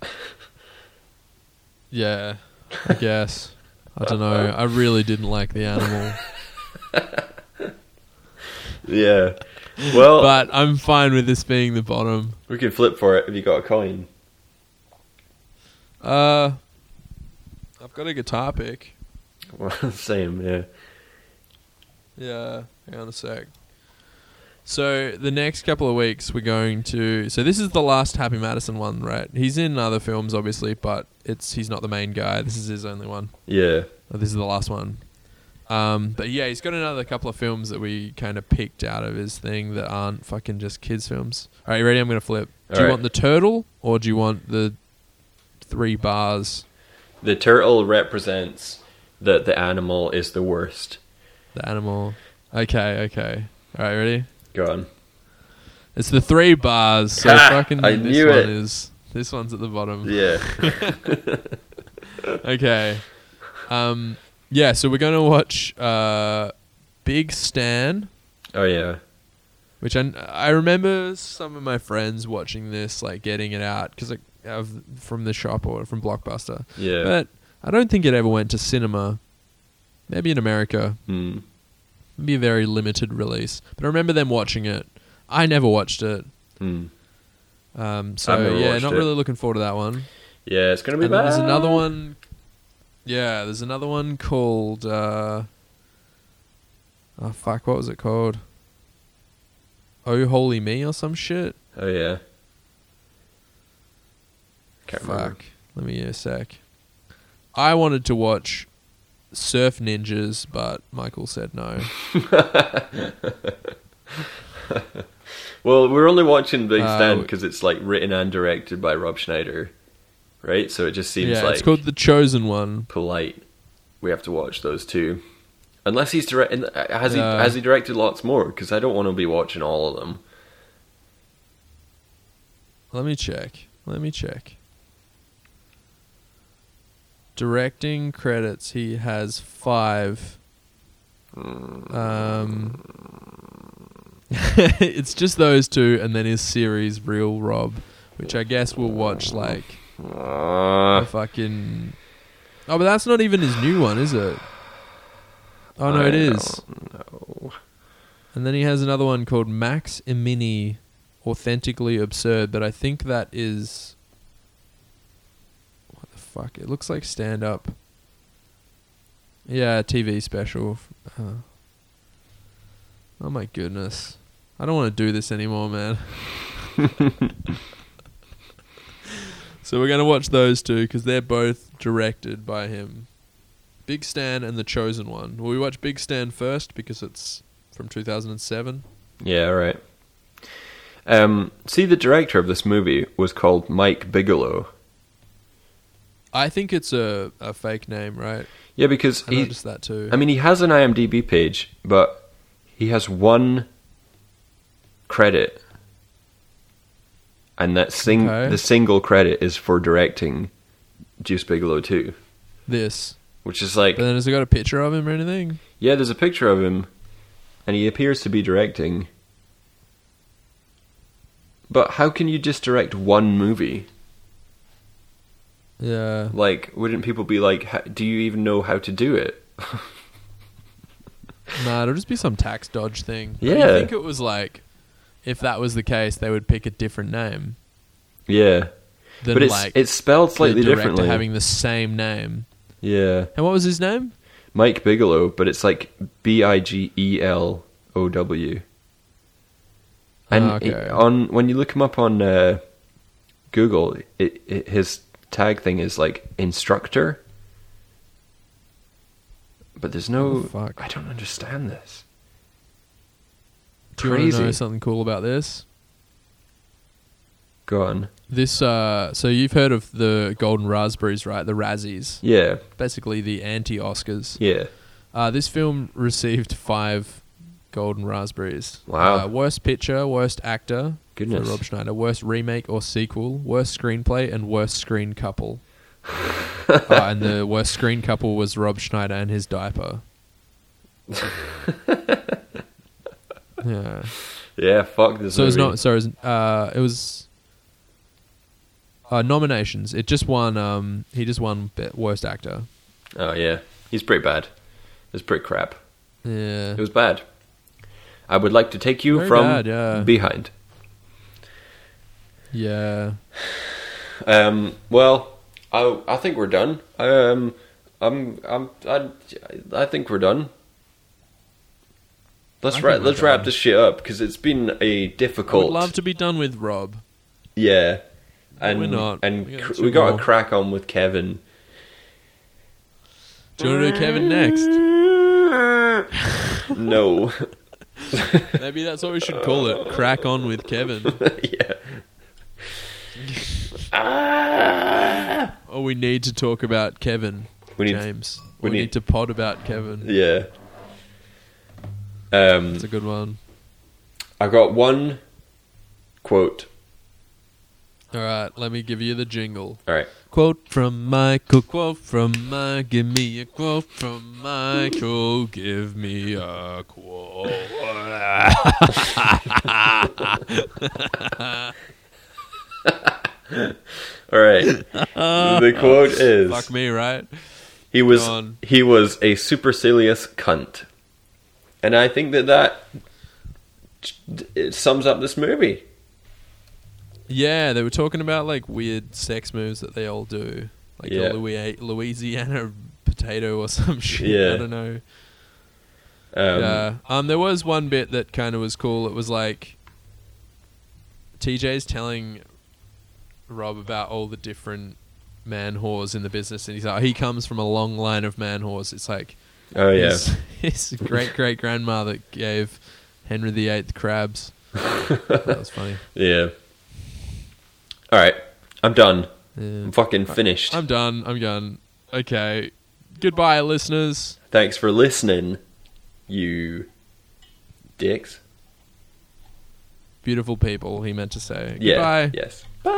Speaker 1: Yeah, I guess. I don't know. I really didn't like the animal,
Speaker 2: Yeah. Well,
Speaker 1: but I'm fine with this being the bottom.
Speaker 2: we can flip for it if you got a coin.
Speaker 1: Uh, I've got a guitar pick.
Speaker 2: Well, Same, yeah.
Speaker 1: Yeah, hang on a sec. So the next couple of weeks we're going to. So this is the last Happy Madison one, right? He's in other films, obviously, but it's he's not the main guy. This is his only one.
Speaker 2: Yeah.
Speaker 1: Oh, this is the last one. Um, but yeah, he's got another couple of films that we kind of picked out of his thing that aren't fucking just kids films. All right, you ready? I'm gonna flip. Do you
Speaker 2: Alright.
Speaker 1: want the turtle or do you want the three bars?
Speaker 2: The turtle represents that the animal is the worst.
Speaker 1: The animal. Okay, okay. All right, ready?
Speaker 2: Go on.
Speaker 1: It's the three bars. So
Speaker 2: Ha!
Speaker 1: fucking
Speaker 2: I
Speaker 1: this
Speaker 2: knew
Speaker 1: one
Speaker 2: it.
Speaker 1: is this one's at the bottom.
Speaker 2: Yeah.
Speaker 1: Okay. Um yeah, so we're gonna watch uh Big Stan.
Speaker 2: oh yeah.
Speaker 1: We're which I, I remember some of my friends watching this, like getting it out because like, of from the shop or from Blockbuster.
Speaker 2: Yeah.
Speaker 1: But I don't think it ever went to cinema. Maybe in America,
Speaker 2: Mm.
Speaker 1: It'd be a very limited release. But I remember them watching it. I never watched it.
Speaker 2: Mm.
Speaker 1: Um,
Speaker 2: I've
Speaker 1: so
Speaker 2: never
Speaker 1: yeah,
Speaker 2: watched
Speaker 1: not
Speaker 2: it.
Speaker 1: really looking forward to that one.
Speaker 2: Yeah, it's gonna be
Speaker 1: And then
Speaker 2: bad.
Speaker 1: there's another one. Yeah, there's another one called. Uh, oh fuck! What was it called? Oh holy me or some shit.
Speaker 2: Oh yeah. Can't
Speaker 1: Fuck.
Speaker 2: remember.
Speaker 1: Let me get a sec. I wanted to watch Surf Ninjas, but Michael said no.
Speaker 2: Well, we're only watching Big
Speaker 1: Uh,
Speaker 2: Stand
Speaker 1: w-
Speaker 2: because it's like written and directed by Rob Schneider, right? So it just seems
Speaker 1: yeah,
Speaker 2: like
Speaker 1: it's called The Chosen One.
Speaker 2: polite. We have to watch those two, unless he's direct. and, uh, Has
Speaker 1: Yeah.
Speaker 2: he has he directed lots more? Because I don't want to be watching all of them.
Speaker 1: Let me check. Let me check. Directing credits, he has five. Um, it's just those two, and then his series Real Rob, which I guess we'll watch like
Speaker 2: Uh,
Speaker 1: a fucking. Oh, but that's not even his new one, is it? Oh no,
Speaker 2: I
Speaker 1: it is. And then he has another one called Max Imini, authentically absurd. But I think that is what the fuck? It looks like stand up. Yeah, TV special. Uh, oh my goodness, I don't want to do this anymore, man. So we're gonna watch those two because they're both directed by him. Big Stan and The Chosen One. Will we watch Big Stan first because it's from 2007?
Speaker 2: yeah, right. Um, see, the director of this movie was called Mike Bigelow.
Speaker 1: I think it's a, a fake name, right?
Speaker 2: Yeah, because
Speaker 1: I
Speaker 2: he,
Speaker 1: noticed that too.
Speaker 2: I mean, he has an IMDb page, but he has one credit, and that sing
Speaker 1: Okay.
Speaker 2: the single credit is for directing Juice Bigelow Two,
Speaker 1: this.
Speaker 2: which is like,
Speaker 1: But then has it got a picture of him or anything?
Speaker 2: yeah, there's a picture of him, and he appears to be directing. But how can you just direct one movie?
Speaker 1: Yeah.
Speaker 2: Like, wouldn't people be like, "H- "Do you even know how to do it?"
Speaker 1: Nah, it'll just be some tax dodge thing. I
Speaker 2: Yeah.
Speaker 1: think it was like, if that was the case, they would pick a different name
Speaker 2: Yeah,
Speaker 1: than
Speaker 2: but it's
Speaker 1: like
Speaker 2: it's spelled slightly
Speaker 1: the director
Speaker 2: differently.
Speaker 1: having the same name.
Speaker 2: yeah.
Speaker 1: And what was his name?
Speaker 2: Mike Bigelow, but it's like B I G E L O W. And
Speaker 1: Ah, okay.
Speaker 2: it- on when you look him up on uh, Google, it, it, his tag thing is like instructor. But there's no.
Speaker 1: the Oh, fuck?
Speaker 2: I don't understand this.
Speaker 1: Do you want to know
Speaker 2: Crazy.
Speaker 1: something cool about this?
Speaker 2: Go on.
Speaker 1: This uh so you've heard of the Golden Raspberries, right? The Razzies.
Speaker 2: Yeah,
Speaker 1: Basically the anti Oscars.
Speaker 2: yeah.
Speaker 1: Uh this film received five Golden Raspberries.
Speaker 2: Wow.
Speaker 1: Uh, worst picture, worst actor
Speaker 2: Goodness.
Speaker 1: for Rob Schneider, worst remake or sequel, worst screenplay, and worst screen couple. uh, and the worst screen couple was Rob Schneider and his diaper. yeah.
Speaker 2: Yeah, fuck this
Speaker 1: So it's
Speaker 2: movie.
Speaker 1: not. So it's uh, it was uh, nominations. It just won. Um, he just won be- worst actor.
Speaker 2: Oh, yeah. He's pretty bad. It's pretty crap.
Speaker 1: Yeah.
Speaker 2: It was bad. I would like to take you
Speaker 1: Very
Speaker 2: from
Speaker 1: bad, yeah.
Speaker 2: behind.
Speaker 1: Yeah.
Speaker 2: Um, well, I I think we're done. Um, I'm I'm I, I think we're done.
Speaker 1: I
Speaker 2: Let's
Speaker 1: think
Speaker 2: wrap
Speaker 1: we're
Speaker 2: let's
Speaker 1: done.
Speaker 2: wrap this shit up because it's been a
Speaker 1: I would
Speaker 2: difficult
Speaker 1: love to be done with Rob.
Speaker 2: yeah, and
Speaker 1: we're not.
Speaker 2: and
Speaker 1: We
Speaker 2: we
Speaker 1: got
Speaker 2: got,
Speaker 1: two
Speaker 2: we got
Speaker 1: more.
Speaker 2: a crack on with Kevin.
Speaker 1: Do you want to do Kevin next?
Speaker 2: no,
Speaker 1: Maybe that's what we should call it. Crack on with Kevin.
Speaker 2: yeah,
Speaker 1: Oh, we need to talk about Kevin.
Speaker 2: we need
Speaker 1: James. We,
Speaker 2: we
Speaker 1: need,
Speaker 2: need-
Speaker 1: to pod about Kevin.
Speaker 2: yeah. Um,
Speaker 1: It's a good one.
Speaker 2: I got one quote.
Speaker 1: All right, let me give you the jingle.
Speaker 2: All right.
Speaker 1: Quote from Michael, quote from Mike, give me a quote from Michael, give me a quote.
Speaker 2: All right. the quote is
Speaker 1: Fuck me, right?
Speaker 2: He was
Speaker 1: Go on.
Speaker 2: he was a supercilious cunt, and I think that that it sums up this movie.
Speaker 1: Yeah, they were talking about like weird sex moves that they all do, like
Speaker 2: Yeah.
Speaker 1: a Louis- Louisiana potato or some shit.
Speaker 2: Yeah.
Speaker 1: I don't know.
Speaker 2: Um,
Speaker 1: yeah. Um, there was one bit that kind of was cool. It was like TJ's telling Rob about all the different man whores in the business, and he's like, he comes from a long line of man whores. It's like
Speaker 2: oh yeah,
Speaker 1: his, his great great grandmother gave Henry VIII crabs. that was funny.
Speaker 2: yeah. All right, I'm done.
Speaker 1: Yeah.
Speaker 2: I'm fucking finished.
Speaker 1: I'm done. I'm done. Okay. Goodbye, listeners.
Speaker 2: Thanks for listening, you dicks.
Speaker 1: Beautiful people, he meant to say.
Speaker 2: Yeah.
Speaker 1: Goodbye.
Speaker 2: Yes. Bye.